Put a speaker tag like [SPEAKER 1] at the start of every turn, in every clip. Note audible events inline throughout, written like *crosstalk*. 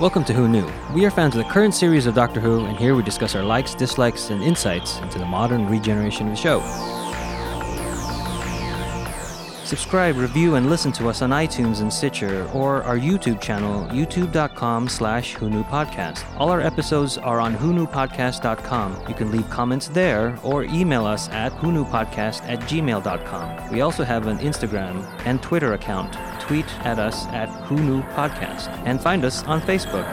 [SPEAKER 1] Welcome to Who Knew. We are fans of the current series of Doctor Who, and here we discuss our likes, dislikes, and insights into the modern regeneration of the show. Subscribe, review, and listen to us on iTunes and Stitcher or our YouTube channel, youtube.com slash Who Knew Podcast. All our episodes are on WhoKnewPodcast.com. You can leave comments there or email us at WhoKnewPodcast at gmail.com. We also have an Instagram and Twitter account. Tweet at us at Who Knew Podcast and find us on Facebook.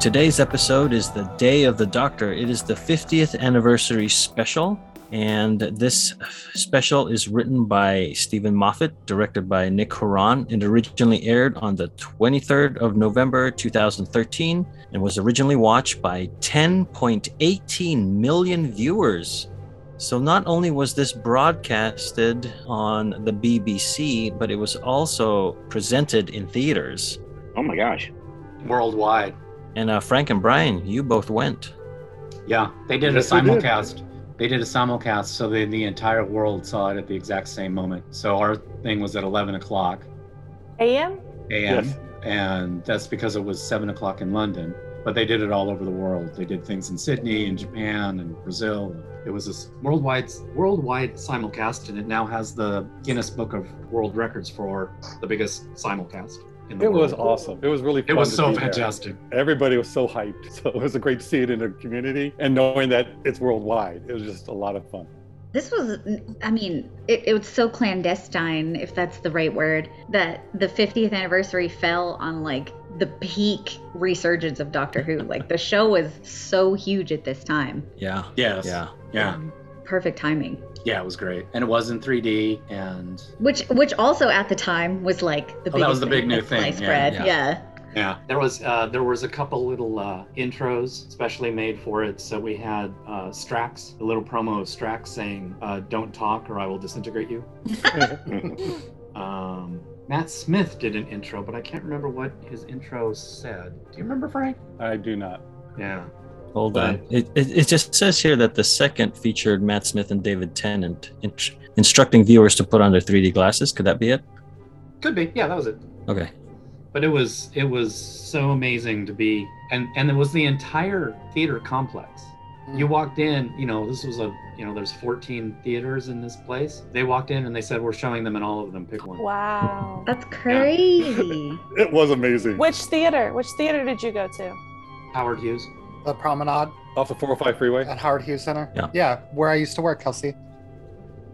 [SPEAKER 1] Today's episode is the Day of the Doctor. It is the 50th anniversary special. And this special is written by Stephen Moffat, directed by Nick Horan, and originally aired on the 23rd of November 2013 and was originally watched by 10.18 million viewers. So, not only was this broadcasted on the BBC, but it was also presented in theaters.
[SPEAKER 2] Oh my gosh.
[SPEAKER 3] worldwide.
[SPEAKER 1] And uh, Frank and Brian, you both went.
[SPEAKER 3] Yeah, they did
[SPEAKER 2] Yes,
[SPEAKER 3] a
[SPEAKER 2] they did.
[SPEAKER 3] simulcast. They did a simulcast, so the the entire world saw it at the exact same moment. So our thing was at eleven o'clock
[SPEAKER 4] AM?
[SPEAKER 3] a.m.
[SPEAKER 2] Yes.
[SPEAKER 3] and that's because it was seven o'clock in London. But they did it all over the world. They did things in Sydney and Japan and Brazil. It was this worldwide worldwide simulcast, and it now has the Guinness Book of World Records for the biggest simulcast in the
[SPEAKER 5] It
[SPEAKER 3] world.
[SPEAKER 5] was awesome. It was really fun.
[SPEAKER 3] It was
[SPEAKER 5] to
[SPEAKER 3] so
[SPEAKER 5] be there.
[SPEAKER 3] fantastic.
[SPEAKER 5] Everybody was so hyped. *laughs* So it was a great to see it in a community and knowing that it's worldwide. It was just a lot of fun.
[SPEAKER 6] This was, I mean, it, it was so clandestine, if that's the right word, that the 50th anniversary fell on like the peak resurgence of Doctor Who. Like the show was so huge at this time.
[SPEAKER 1] Yeah.
[SPEAKER 3] Yes.
[SPEAKER 1] Yeah.
[SPEAKER 3] Yeah.
[SPEAKER 6] Um, perfect timing.
[SPEAKER 3] Yeah. It was great, and it was in 3D, and
[SPEAKER 6] Which, which also at the time was like the
[SPEAKER 3] Oh,
[SPEAKER 6] biggest
[SPEAKER 3] that was the big new
[SPEAKER 6] that's
[SPEAKER 3] thing,
[SPEAKER 6] like
[SPEAKER 3] yeah,
[SPEAKER 6] spread.
[SPEAKER 1] yeah.
[SPEAKER 6] Yeah,
[SPEAKER 3] yeah,
[SPEAKER 7] There was uh, there was a couple little uh, intros specially made for it. So we had uh, Strax, a little promo of Strax saying, uh, "Don't talk or I will disintegrate you." Um, Matt Smith did an intro, but I can't remember what his intro said. Do you remember, Frank?
[SPEAKER 5] I do not.
[SPEAKER 7] Yeah.
[SPEAKER 1] Hold on. It, it, it just says here that the second featured Matt Smith and David Tennant int- instructing viewers to put on their 3D glasses. Could that be it?
[SPEAKER 7] Could be. Yeah, that was it.
[SPEAKER 1] Okay.
[SPEAKER 7] But it was it was so amazing to be, and and it was the entire theater complex. You walked in, you know, this was a, you know, there's 14 theaters in this place. They walked in and they said, we're showing them in all of them. Pick one.
[SPEAKER 4] Wow.
[SPEAKER 6] that's crazy.
[SPEAKER 5] It was amazing.
[SPEAKER 4] Which theater? Which theater did you go to?
[SPEAKER 7] Howard Hughes.
[SPEAKER 8] the promenade
[SPEAKER 5] Off the 405 freeway.
[SPEAKER 8] at Howard Hughes Center.
[SPEAKER 1] Yeah.
[SPEAKER 8] where I used to work, Kelsey.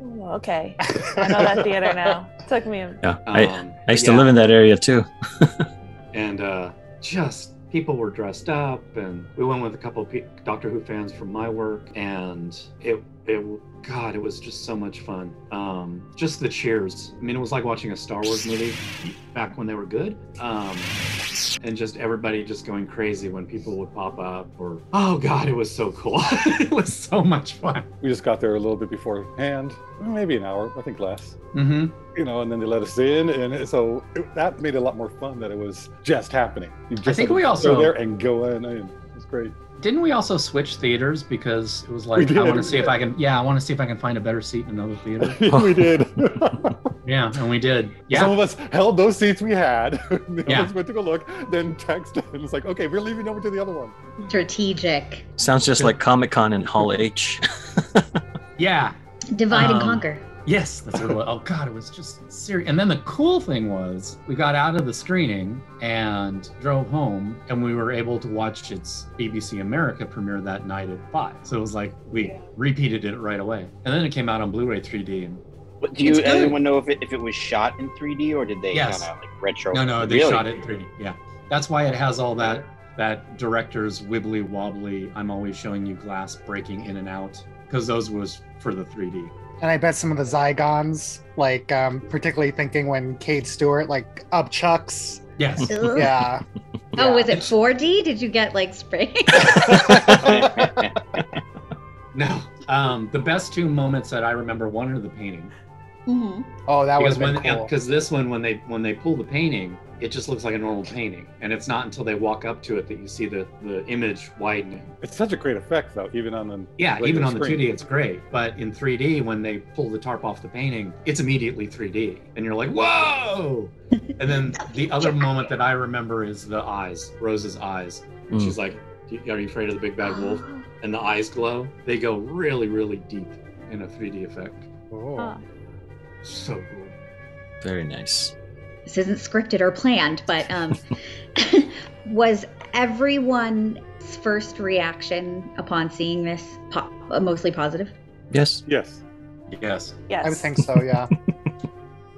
[SPEAKER 4] Ooh, okay. I know that theater now. Took me a
[SPEAKER 3] Uh,
[SPEAKER 1] Yeah. I,
[SPEAKER 7] Um,
[SPEAKER 1] I used to
[SPEAKER 7] yeah,
[SPEAKER 1] live in that area too.
[SPEAKER 7] And uh, just people were dressed up, and we went with a couple of pe- Doctor Who fans from my work, and it it God, it was just so much fun. Um, just the cheers. I mean, it was like watching a Star Wars movie back when they were good. Um, and just everybody just going crazy when people would pop up, or oh God, it was so cool. *laughs* it was so much fun.
[SPEAKER 5] *laughs* We just got there a little bit beforehand, maybe an hour, I think less.
[SPEAKER 7] Mm-hmm.
[SPEAKER 5] You know, and then they let us in. And it- so it, that made it a lot more fun that it was just happening. You just
[SPEAKER 3] think
[SPEAKER 5] had to
[SPEAKER 3] we
[SPEAKER 5] go
[SPEAKER 3] also-
[SPEAKER 5] there and go in. and It was great. *laughs*
[SPEAKER 3] Didn't we also switch theaters because it was
[SPEAKER 5] We
[SPEAKER 3] like
[SPEAKER 5] did.
[SPEAKER 3] I want to see if I can yeah I want to see if I can find a better seat in another
[SPEAKER 5] *laughs*
[SPEAKER 3] theater. *laughs*
[SPEAKER 5] we did. *laughs*
[SPEAKER 3] yeah, and we did.
[SPEAKER 5] Some
[SPEAKER 3] Yeah,
[SPEAKER 5] of us held those seats we had. *laughs* The
[SPEAKER 3] Yeah.
[SPEAKER 5] others went to go look, then texted, and it's like, okay, we're leaving over to the other
[SPEAKER 3] *laughs*
[SPEAKER 5] one. *laughs*
[SPEAKER 6] Strategic.
[SPEAKER 1] Sounds just like Comic Con in Hall H. *laughs*
[SPEAKER 3] yeah.
[SPEAKER 6] Divide
[SPEAKER 3] Um,
[SPEAKER 6] and conquer.
[SPEAKER 3] Yes, that's what it was. Oh God, it was just serious. And then the cool thing was we got out of the screening and drove home, and we were able to watch its BBC America premiere that night at five. So it was like we repeated it right away, and then it came out on Blu-ray 3D. And
[SPEAKER 2] But do you
[SPEAKER 3] It's good.
[SPEAKER 2] anyone know if it, if it was shot in 3D or did they
[SPEAKER 3] Yes.
[SPEAKER 2] kind of like retro?
[SPEAKER 3] no, no, they
[SPEAKER 2] Really? *laughs*
[SPEAKER 3] shot it in 3D. Yeah, that's why it has all that that director's wibbly wobbly. I'm always showing you glass breaking in and out because those was for the 3D.
[SPEAKER 8] And I bet some of the Zygons, like um, particularly thinking when Cade Stewart like upchucks.
[SPEAKER 3] Yes. *laughs*
[SPEAKER 6] Ooh.
[SPEAKER 8] Yeah.
[SPEAKER 6] Oh, was it
[SPEAKER 3] It's-
[SPEAKER 6] 4D? Did you get like spray? *laughs*
[SPEAKER 3] No. Um, the best two moments that I remember one are the painting
[SPEAKER 6] hmm
[SPEAKER 8] Oh, that was
[SPEAKER 3] because when
[SPEAKER 8] cool.
[SPEAKER 3] because this one when they when they pull the painting it just looks like a normal painting and it's not until they walk up to it that you see the the image widening
[SPEAKER 5] It's such a great effect, though, even on an.
[SPEAKER 3] yeah
[SPEAKER 5] regular
[SPEAKER 3] even on
[SPEAKER 5] screen.
[SPEAKER 3] the 2d it's great but in 3d when they pull the tarp off the painting it's immediately 3d and you're like whoa and then
[SPEAKER 8] *laughs*
[SPEAKER 3] the other moment that i remember is the eyes rose's eyes
[SPEAKER 9] Mm.
[SPEAKER 3] she's like "Y- are you afraid of the big bad wolf and the eyes glow they go really really deep in a 3d effect
[SPEAKER 8] Oh.
[SPEAKER 4] Huh.
[SPEAKER 3] so cool
[SPEAKER 1] Very nice.
[SPEAKER 6] this isn't scripted or planned, but um, *laughs* was everyone's first reaction upon seeing this po- uh, mostly positive?
[SPEAKER 9] Yes.
[SPEAKER 5] Yes.
[SPEAKER 10] Yes.
[SPEAKER 4] Yes.
[SPEAKER 8] I would think so.
[SPEAKER 3] *laughs*
[SPEAKER 8] Yeah.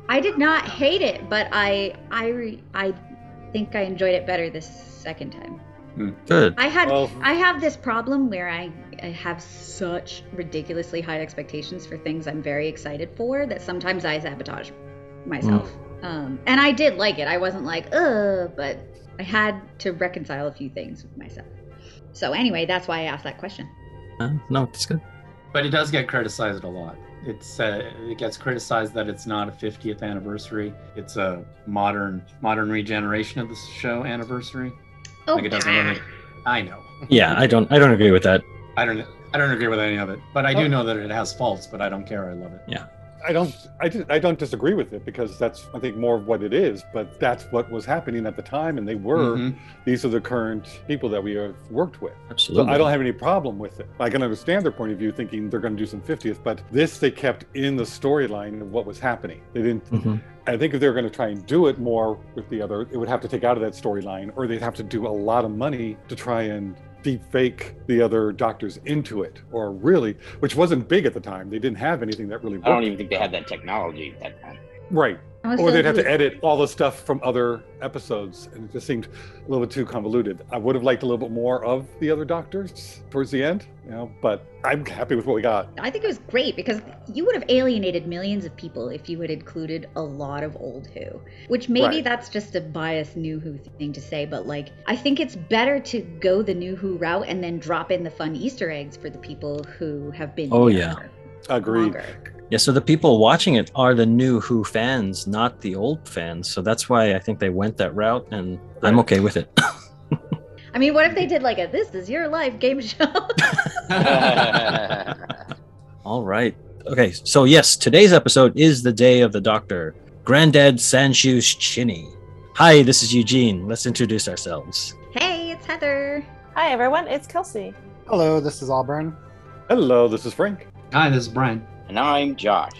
[SPEAKER 6] I did not hate it, but I I re- I think I enjoyed it better this second time.
[SPEAKER 1] Good.
[SPEAKER 6] I had
[SPEAKER 5] Well,
[SPEAKER 6] I have this problem where I, I have such ridiculously high expectations for things I'm very excited for that sometimes I sabotage myself.
[SPEAKER 10] Mm.
[SPEAKER 6] Um, and I did like it. I wasn't like, uh, but I had to reconcile a few things with myself. So anyway, that's why I asked that question.
[SPEAKER 1] Uh, no, it's good.
[SPEAKER 10] But it does get criticized a lot. It's uh, it gets criticized that it's not a 50th anniversary. It's a modern modern regeneration of the show anniversary.
[SPEAKER 6] Oh,
[SPEAKER 10] Like it doesn't
[SPEAKER 6] bah.
[SPEAKER 10] really. I know.
[SPEAKER 1] Yeah, I don't. I don't agree with that.
[SPEAKER 10] I don't. I don't agree with any of it. But I do
[SPEAKER 5] Oh.
[SPEAKER 10] know that it has faults. But I don't care. I love it.
[SPEAKER 5] I don't. I, just, I don't disagree with it because that's I think more of what it is. But that's what was happening at the time, and they were
[SPEAKER 3] Mm-hmm.
[SPEAKER 10] Mhm.
[SPEAKER 5] these are the current people that we have worked with. So
[SPEAKER 1] Absolutely.
[SPEAKER 5] I don't have any problem with it. I can understand their point of view, thinking they're going to do some 50th, but this they kept in the storyline of what was happening. They didn't.
[SPEAKER 1] Mm-hmm.
[SPEAKER 9] Mhm.
[SPEAKER 5] I think if they were going to try and do it more with the other, it would have to take out of that storyline, or they'd have to do a lot of money to try and deep fake the other doctors into it, or really, which wasn't big at the time. They didn't have anything that really. Worked.
[SPEAKER 2] I don't even think they had that technology at that time.
[SPEAKER 5] Right.
[SPEAKER 6] I was
[SPEAKER 5] Or
[SPEAKER 6] so
[SPEAKER 5] they'd have to
[SPEAKER 6] confused.
[SPEAKER 5] edit all the stuff from other episodes, and it just seemed a little bit too convoluted. I would have liked a little bit more of the other doctors towards the end, you know, but I'm happy with what we got.
[SPEAKER 6] I think it was great because you would have alienated millions of people if you had included a lot of old Who, which maybe
[SPEAKER 5] Right.
[SPEAKER 6] that's just a biased new Who thing to say, but like I think it's better to go the new Who route and then drop in the fun Easter eggs for the people who have been
[SPEAKER 1] Oh,
[SPEAKER 6] here
[SPEAKER 1] yeah.
[SPEAKER 5] Agreed.
[SPEAKER 6] longer.
[SPEAKER 1] Yeah, so the people watching it are the new Who fans, not the old fans. So that's why I think they went that route, and I'm okay with it. *laughs*
[SPEAKER 6] I mean, what if they did like a "This Is Your Life" game show? *laughs*
[SPEAKER 3] *laughs*
[SPEAKER 1] All right. Okay, so yes, today's episode is the day of the Doctor, Granddad Sanshu's Chinny. Hi, this is Eugene. Let's introduce ourselves.
[SPEAKER 6] hey, it's Heather.
[SPEAKER 4] Hi everyone, it's Kelsey.
[SPEAKER 8] Hello, this is
[SPEAKER 3] *laughs*
[SPEAKER 8] Auburn.
[SPEAKER 5] Hello, this is Frank.
[SPEAKER 3] hi this is brian
[SPEAKER 2] and I'm Josh.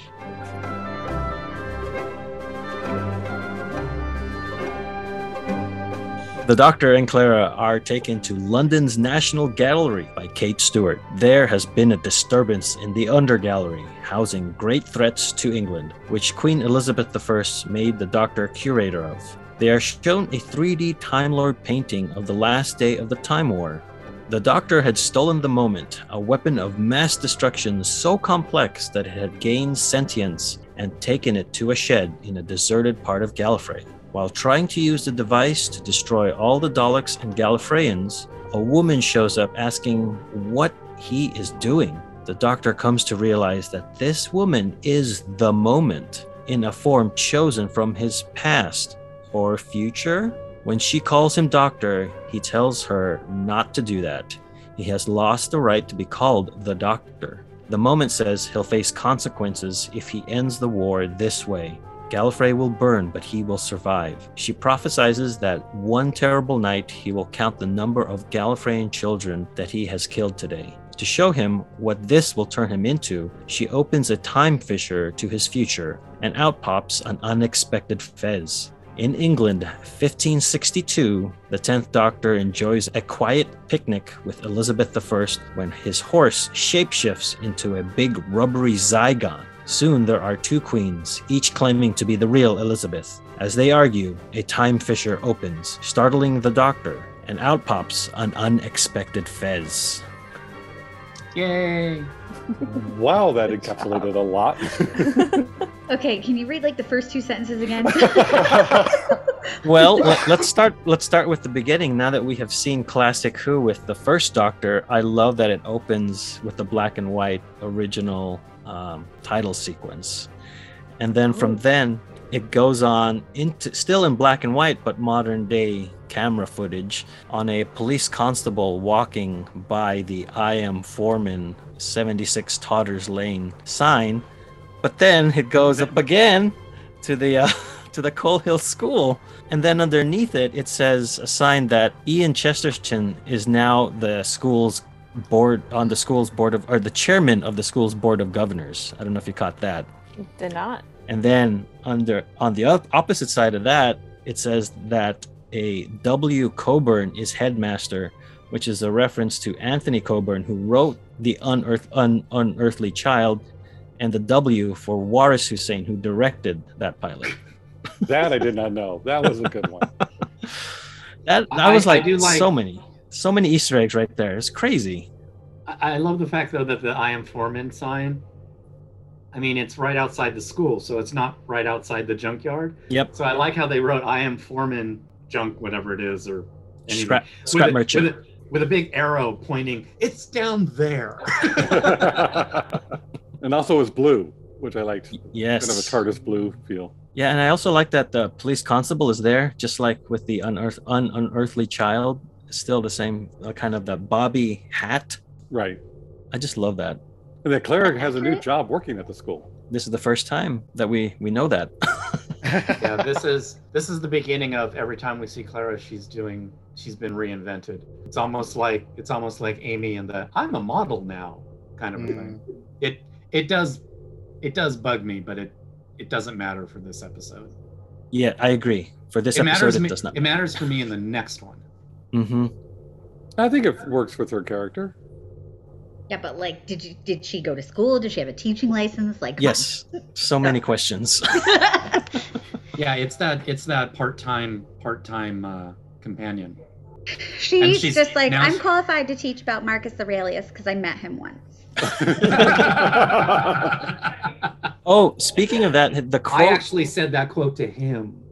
[SPEAKER 1] The Doctor and Clara are taken to London's National Gallery by Kate Stewart. There has been a disturbance in the Undergallery, housing great threats to England, which Queen Elizabeth I made the Doctor curator of. They are shown a 3D Time Lord painting of the last day of the Time War. The Doctor had stolen the moment, a weapon of mass destruction so complex that it had gained sentience and taken it to a shed in a deserted part of Gallifrey. While trying to use the device to destroy all the Daleks and Gallifreyans, a woman shows up asking what he is doing. The doctor comes to realize that this woman is the moment in a form chosen from his past or future. When she calls him doctor, he tells her not to do that. He has lost the right to be called the doctor. The moment says he'll face consequences if he ends the war this way. Gallifrey will burn, but he will survive. She prophesizes that one terrible night he will count the number of Gallifreyan children that he has killed today. To show him what this will turn him into, she opens a time fissure to his future, and out pops an unexpected fez. In England, 1562, the 10th Doctor enjoys a quiet picnic with Elizabeth I when his horse shapeshifts into a big rubbery Zygon. Soon there are two queens, each claiming to be the real Elizabeth. As they argue, a time fissure opens, startling the Doctor, and out pops an unexpected Fez.
[SPEAKER 10] Yay.
[SPEAKER 5] Wow, that encapsulated
[SPEAKER 2] *laughs*
[SPEAKER 5] a lot.
[SPEAKER 6] Okay, can you read like the first two
[SPEAKER 1] *laughs*
[SPEAKER 6] sentences again?
[SPEAKER 1] Well, let, let's start. Let's start with the beginning. Now that we have seen classic Who with the first Doctor, I love that it opens with the black and white original um, title sequence, and then from then it goes on into still in black and white but modern day camera footage on a police constable walking by the I am foreman 76 Totters Lane sign but then it goes up again to the uh, *laughs* to the Coal Hill School and then underneath it it says a sign that Ian Chesterton is now the school's board on the school's board of or the chairman of the school's board of governors I don't know if you caught that
[SPEAKER 4] Did not.
[SPEAKER 1] and then under on the op- opposite side of that, it says that a W Coburn is headmaster, which is a reference to Anthony Coburn who wrote the Unearth Un- Unearthly Child and the W for Waris Hussein who directed that pilot.
[SPEAKER 5] That I did not know. That was a
[SPEAKER 1] *laughs*
[SPEAKER 5] good one.
[SPEAKER 1] That that
[SPEAKER 3] I-
[SPEAKER 1] was
[SPEAKER 3] I
[SPEAKER 1] like,
[SPEAKER 3] do like-
[SPEAKER 1] so many so many easter eggs right there. It's crazy.
[SPEAKER 3] I I love the fact though that the I am foreman sign. I mean, it's right outside the school, so it's not right outside the junkyard.
[SPEAKER 1] Yep.
[SPEAKER 3] So I like how they wrote "I am foreman junk, whatever it is, or anything.
[SPEAKER 1] Scrap,
[SPEAKER 3] With
[SPEAKER 1] scrap
[SPEAKER 3] a-
[SPEAKER 1] merchant.
[SPEAKER 3] with a, with a big arrow pointing. It's down there.
[SPEAKER 5] and also it's blue, which I liked.
[SPEAKER 1] yes.
[SPEAKER 5] Kind of a TARDIS blue feel.
[SPEAKER 1] Yeah, and I also like that the police constable is there, just like with the unearth un- unearthly child. Still the same uh, kind of the Bobby hat.
[SPEAKER 5] Right.
[SPEAKER 1] I just love that.
[SPEAKER 5] And that Clara has a new job working at the school.
[SPEAKER 1] This is the first time that we we know that.
[SPEAKER 3] *laughs*
[SPEAKER 1] *laughs*
[SPEAKER 3] yeah, this is this is the beginning of every time we see Clara, she's doing she's been reinvented. It's almost like it's almost like Amy and the I'm a model now kind of a thing. It it does it does bug me, but it it doesn't matter for this episode.
[SPEAKER 1] yeah, I agree. For this
[SPEAKER 3] it
[SPEAKER 1] episode,
[SPEAKER 3] matters
[SPEAKER 1] it
[SPEAKER 3] me,
[SPEAKER 1] does not.
[SPEAKER 3] it matters for me in the next one.
[SPEAKER 1] mm-hmm.
[SPEAKER 5] I think it works with her
[SPEAKER 1] *laughs*
[SPEAKER 5] character. *laughs*
[SPEAKER 6] Yeah, but like, did you did she go to school? Did she have a teaching license? Like, come
[SPEAKER 1] Yes, so many questions.
[SPEAKER 6] on. *laughs*
[SPEAKER 10] Yeah, it's that it's that part-time part-time uh,
[SPEAKER 1] *laughs*
[SPEAKER 3] *laughs*
[SPEAKER 10] companion.
[SPEAKER 6] she's,
[SPEAKER 10] she's-
[SPEAKER 6] just like,
[SPEAKER 10] now
[SPEAKER 6] I'm
[SPEAKER 10] she-
[SPEAKER 6] qualified to teach about Marcus Aurelius because I met him once.
[SPEAKER 1] oh, speaking of that, the
[SPEAKER 3] I
[SPEAKER 1] quote.
[SPEAKER 3] actually said that quote to him.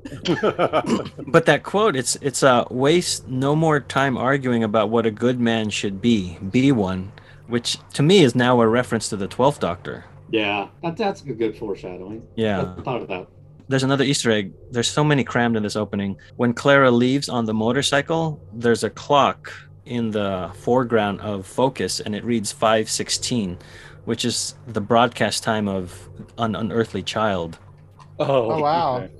[SPEAKER 1] but that quote it's it's uh, waste no more time arguing about what a good man should be be one which to me is now a reference to the 12th doctor
[SPEAKER 3] Yeah, that, that's a good foreshadowing.
[SPEAKER 1] yeah
[SPEAKER 3] I thought of that.
[SPEAKER 1] there's another Easter egg. There's so many crammed in this opening. When Clara leaves on the motorcycle, there's a clock in the foreground of focus, and it reads 5:16, which is the broadcast time of an unearthly child.
[SPEAKER 5] oh,
[SPEAKER 8] Oh, wow.
[SPEAKER 5] okay.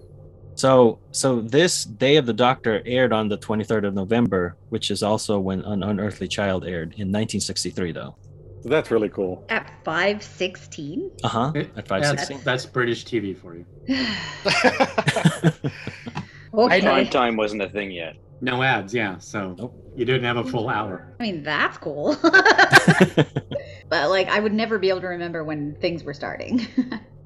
[SPEAKER 1] So, so this Day of the Doctor aired on the 23rd of November, which is also when an unearthly child aired in 1963, though.
[SPEAKER 5] So that's really cool.
[SPEAKER 6] At five sixteen. *sighs*
[SPEAKER 1] Uh huh.
[SPEAKER 10] It-
[SPEAKER 1] At
[SPEAKER 10] that's,
[SPEAKER 1] 5:16.
[SPEAKER 10] that's British TV for you.
[SPEAKER 8] I
[SPEAKER 6] okay.
[SPEAKER 8] know.
[SPEAKER 2] Prime
[SPEAKER 6] I,
[SPEAKER 2] time wasn't a thing yet.
[SPEAKER 10] No ads, yeah. So
[SPEAKER 1] Nope.
[SPEAKER 10] you didn't have a full hour.
[SPEAKER 6] mean, that's cool. *laughs* but like, I would never be able to remember when things were starting.
[SPEAKER 1] *laughs*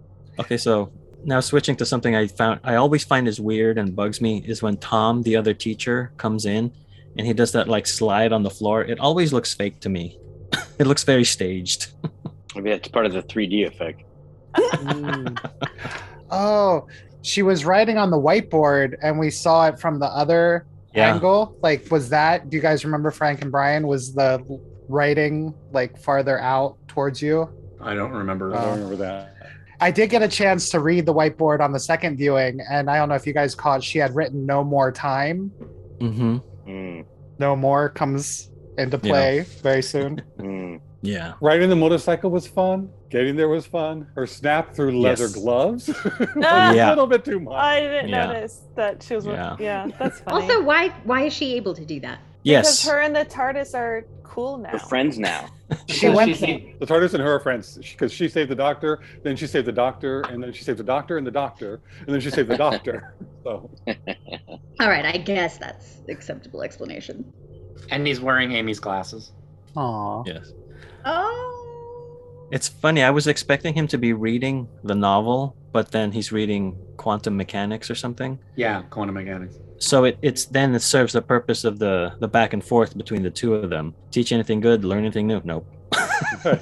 [SPEAKER 6] *laughs*
[SPEAKER 1] Okay, so now switching to something I found I always find is weird and bugs me is when Tom, the other teacher, comes in and he does that like slide on the floor. It always looks fake to me. *laughs* it looks very staged.
[SPEAKER 2] Maybe that's part of the 3D effect.
[SPEAKER 8] Mm. oh, she was writing on the whiteboard, and we saw it from the other angle. Like, was that? Do you guys remember Frank and Brian? Was the writing like farther out towards you?
[SPEAKER 10] I don't remember.
[SPEAKER 5] I
[SPEAKER 8] Uh,
[SPEAKER 5] don't remember that.
[SPEAKER 8] I did get a chance to read the whiteboard on the second viewing, and I don't know if you guys caught. She had written "No more time."
[SPEAKER 1] Mm-hmm.
[SPEAKER 2] Mm,
[SPEAKER 8] No more comes into
[SPEAKER 1] Yeah.
[SPEAKER 8] play very soon.
[SPEAKER 2] mm.
[SPEAKER 1] Yeah.
[SPEAKER 5] Riding the motorcycle was fun. Getting there was fun. Her snap through leather
[SPEAKER 1] Yes.
[SPEAKER 5] gloves. *laughs*
[SPEAKER 4] Ah.
[SPEAKER 5] A
[SPEAKER 1] Yeah.
[SPEAKER 5] little bit too much.
[SPEAKER 4] I didn't
[SPEAKER 1] Yeah.
[SPEAKER 4] notice that she was.
[SPEAKER 1] Yeah.
[SPEAKER 4] Yeah, yeah that's funny.
[SPEAKER 6] also, why why is she able to do that?
[SPEAKER 4] because
[SPEAKER 1] Yes.
[SPEAKER 4] her and the TARDIS are cool now.
[SPEAKER 2] We're friends now.
[SPEAKER 8] she
[SPEAKER 3] Because
[SPEAKER 8] went.
[SPEAKER 3] she's the-
[SPEAKER 5] The TARDIS and her are friends because she saved the doctor, then she saved the doctor, and then she saved the doctor and the doctor, and then she saved the
[SPEAKER 2] *laughs*
[SPEAKER 5] doctor. So
[SPEAKER 6] All right, I guess that's acceptable explanation.
[SPEAKER 3] and he's wearing Amy's glasses.
[SPEAKER 8] Aw.
[SPEAKER 1] yes.
[SPEAKER 6] Oh.
[SPEAKER 1] It's funny. I was expecting him to be reading the novel, but then he's reading quantum mechanics or something.
[SPEAKER 10] yeah, quantum mechanics.
[SPEAKER 1] So it, it's then it serves the purpose of the the back and forth between the two of them. Teach anything good, learn anything new. Nope. *laughs*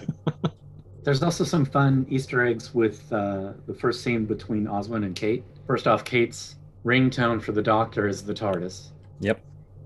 [SPEAKER 10] There's also some fun Easter eggs with uh, the first scene between Oswin and Kate. First off, Kate's ringtone for the doctor is the TARDIS.
[SPEAKER 1] Yep.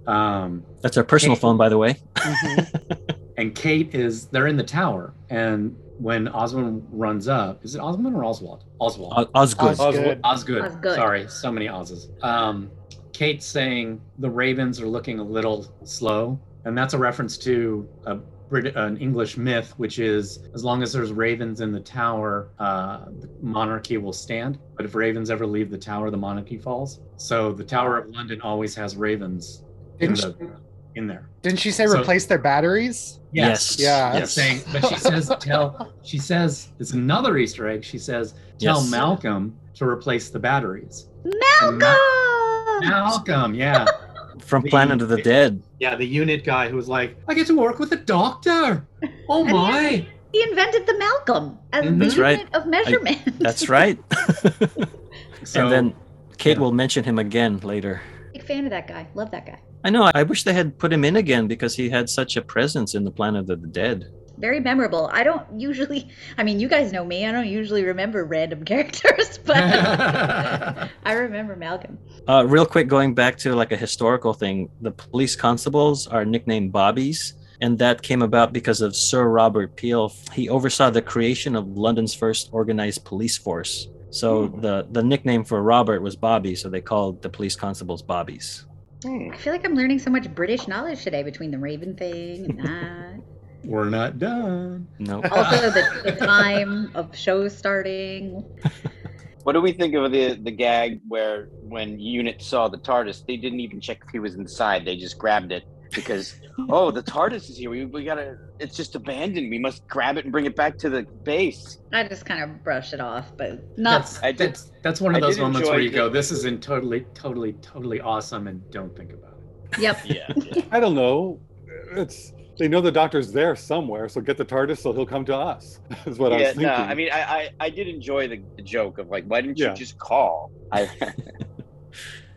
[SPEAKER 10] Um,
[SPEAKER 1] That's our personal
[SPEAKER 10] Hey.
[SPEAKER 1] phone, by the way.
[SPEAKER 8] Mhm.
[SPEAKER 10] and Kate is they're in the tower and when Osmond runs up, is it Osmond or Oswald? Oswald.
[SPEAKER 1] O- Osgood.
[SPEAKER 8] Osgood.
[SPEAKER 5] Oswald.
[SPEAKER 10] Osgood.
[SPEAKER 6] Osgood.
[SPEAKER 10] Sorry, so many Oz's. Um, Kate's saying the Ravens are looking a little slow, and that's a reference to a Brit- an English myth, which is as long as there's ravens in the tower, uh, the monarchy will stand. But if ravens ever leave the tower, the monarchy falls. So the Tower of London always has ravens in,
[SPEAKER 8] Didn't she,
[SPEAKER 10] the, in there.
[SPEAKER 8] didn't she say
[SPEAKER 10] So-
[SPEAKER 8] replace their batteries?
[SPEAKER 1] Yes.
[SPEAKER 8] Yeah.
[SPEAKER 10] Yes. Saying, but she
[SPEAKER 2] *laughs*
[SPEAKER 10] says, tell, she says, it's another Easter egg. She says, tell
[SPEAKER 1] Yes.
[SPEAKER 10] Malcolm to replace the
[SPEAKER 2] *laughs*
[SPEAKER 10] batteries.
[SPEAKER 6] Malcolm!
[SPEAKER 10] Malcolm, yeah.
[SPEAKER 1] From
[SPEAKER 10] The-
[SPEAKER 1] Planet of the Dead.
[SPEAKER 3] Yeah, the unit guy who was like,
[SPEAKER 10] I get to work with a doctor. Oh
[SPEAKER 6] mean-
[SPEAKER 10] my.
[SPEAKER 6] He invented the Malcolm as
[SPEAKER 10] Mhm.
[SPEAKER 6] the
[SPEAKER 10] That's
[SPEAKER 6] unit
[SPEAKER 1] right.
[SPEAKER 6] of measurement. *laughs*
[SPEAKER 1] That's right.
[SPEAKER 10] *laughs* So,
[SPEAKER 1] and then Kate
[SPEAKER 10] yeah.
[SPEAKER 1] will mention him again later.
[SPEAKER 6] Big fan of that guy. Love that guy.
[SPEAKER 1] I know. I wish they had put him in again because he had such a presence in the Planet of the Dead.
[SPEAKER 6] Very memorable. I don't usually, *laughs* I mean, you guys know me. I don't usually remember random *laughs* characters,
[SPEAKER 3] *laughs*
[SPEAKER 6] but
[SPEAKER 2] *laughs*
[SPEAKER 6] I remember Malcolm.
[SPEAKER 1] Uh, real quick, going back to like a historical thing, the police constables are nicknamed Bobbies, and that came about because of Sir Robert Peel. He oversaw the creation of London's first organized police force. So the the nickname for Robert was Bobby, so they called the police constables Bobbies.
[SPEAKER 2] Hmm.
[SPEAKER 6] I feel like I'm learning so much British knowledge today between the Raven thing and that.
[SPEAKER 10] *laughs* we're not done.
[SPEAKER 1] No,
[SPEAKER 6] also, the, the time of shows starting.
[SPEAKER 2] What do we think of the the gag where when Unit saw the TARDIS, they didn't even check if he was inside. They just grabbed it
[SPEAKER 1] *laughs*
[SPEAKER 2] because oh, the TARDIS is here. We we gotta. It's just abandoned. We must grab it and bring it back to the base.
[SPEAKER 6] I just kind of brushed it off, but not.
[SPEAKER 10] That's,
[SPEAKER 2] I did-
[SPEAKER 10] that's, that's one of
[SPEAKER 2] I
[SPEAKER 10] those
[SPEAKER 2] did
[SPEAKER 10] moments
[SPEAKER 2] enjoy
[SPEAKER 10] where you
[SPEAKER 2] the-
[SPEAKER 10] go, this is in totally, totally, totally awesome and don't think about it.
[SPEAKER 6] Yep.
[SPEAKER 2] Yeah. *laughs*
[SPEAKER 5] I don't know. It's they know the doctor's there somewhere, so get the TARDIS so he'll come to us. *laughs* Is what I was
[SPEAKER 2] yeah.
[SPEAKER 5] thinking.
[SPEAKER 2] No, I mean, I I, I did enjoy the, the joke of like, why didn't
[SPEAKER 5] Yeah.
[SPEAKER 2] you just call? I. *laughs*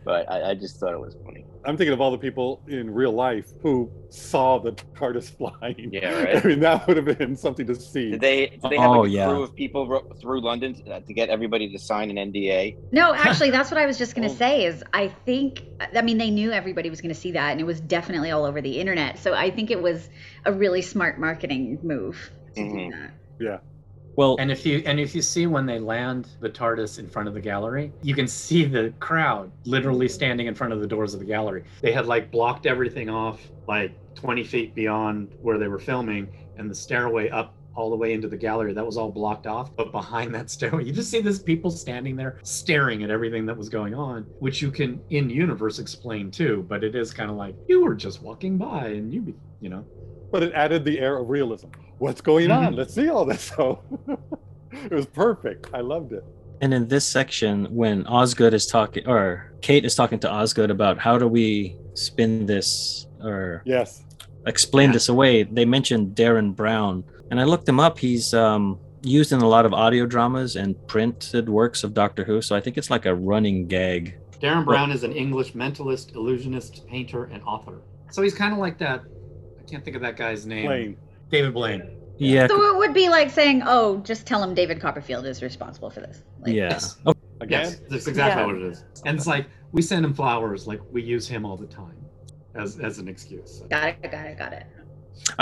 [SPEAKER 2] but I, I just thought it was funny.
[SPEAKER 5] I'm thinking of all the people in real life who saw the TARDIS flying.
[SPEAKER 2] Yeah,
[SPEAKER 5] *laughs*
[SPEAKER 2] right.
[SPEAKER 5] I mean, that would have been something to see.
[SPEAKER 2] Did they, did they have
[SPEAKER 1] Oh,
[SPEAKER 2] like, a
[SPEAKER 1] yeah.
[SPEAKER 2] crew of people ro- through London to, to get everybody to sign
[SPEAKER 1] *laughs*
[SPEAKER 2] an NDA?
[SPEAKER 6] No, actually, that's what I was just going
[SPEAKER 2] Oh.
[SPEAKER 6] to say is I think, I mean, they knew everybody was going to see that, and it was definitely all over the internet. So I think it was a really smart marketing move to
[SPEAKER 2] Mhm.
[SPEAKER 6] do that.
[SPEAKER 1] well,
[SPEAKER 10] And if you and if you see when they land the TARDIS in front of the gallery, you can see the crowd literally standing in front of the doors of the gallery.
[SPEAKER 3] they had like blocked everything off like 20 feet beyond where they were filming and the stairway up all the way into the gallery that was all blocked off but behind that stairway you just see this people standing there staring at everything that was going on which you can in universe explain too but it is kind of like you were just walking by and you be you know
[SPEAKER 5] But it added the air of realism. What's going
[SPEAKER 2] Hmm.
[SPEAKER 5] on? Let's see all this. *laughs* So it was perfect. I loved it.
[SPEAKER 1] And in this section, when Osgood is talking, or Kate is talking to Osgood about how do we spin this or
[SPEAKER 5] Yes.
[SPEAKER 1] explain this away, they mentioned Darren Brown. And I looked him up. He's um, used in a lot of audio dramas and printed works of Doctor Who. So I think it's like a running gag.
[SPEAKER 3] darren brown is an english mentalist illusionist painter and author so he's kind of like that i can't think of that guy's name
[SPEAKER 5] Plain.
[SPEAKER 10] David Blaine.
[SPEAKER 1] Yeah.
[SPEAKER 6] So it would be like saying, oh, just tell him David Copperfield is responsible for this. Like,
[SPEAKER 1] yeah.
[SPEAKER 3] Yes.
[SPEAKER 1] Oh,
[SPEAKER 5] Again.
[SPEAKER 3] Yes, that's exactly
[SPEAKER 4] Yeah.
[SPEAKER 3] what it is. And it's like we send him flowers, like we use him all the time as as an excuse.
[SPEAKER 6] Got it, got it, got it.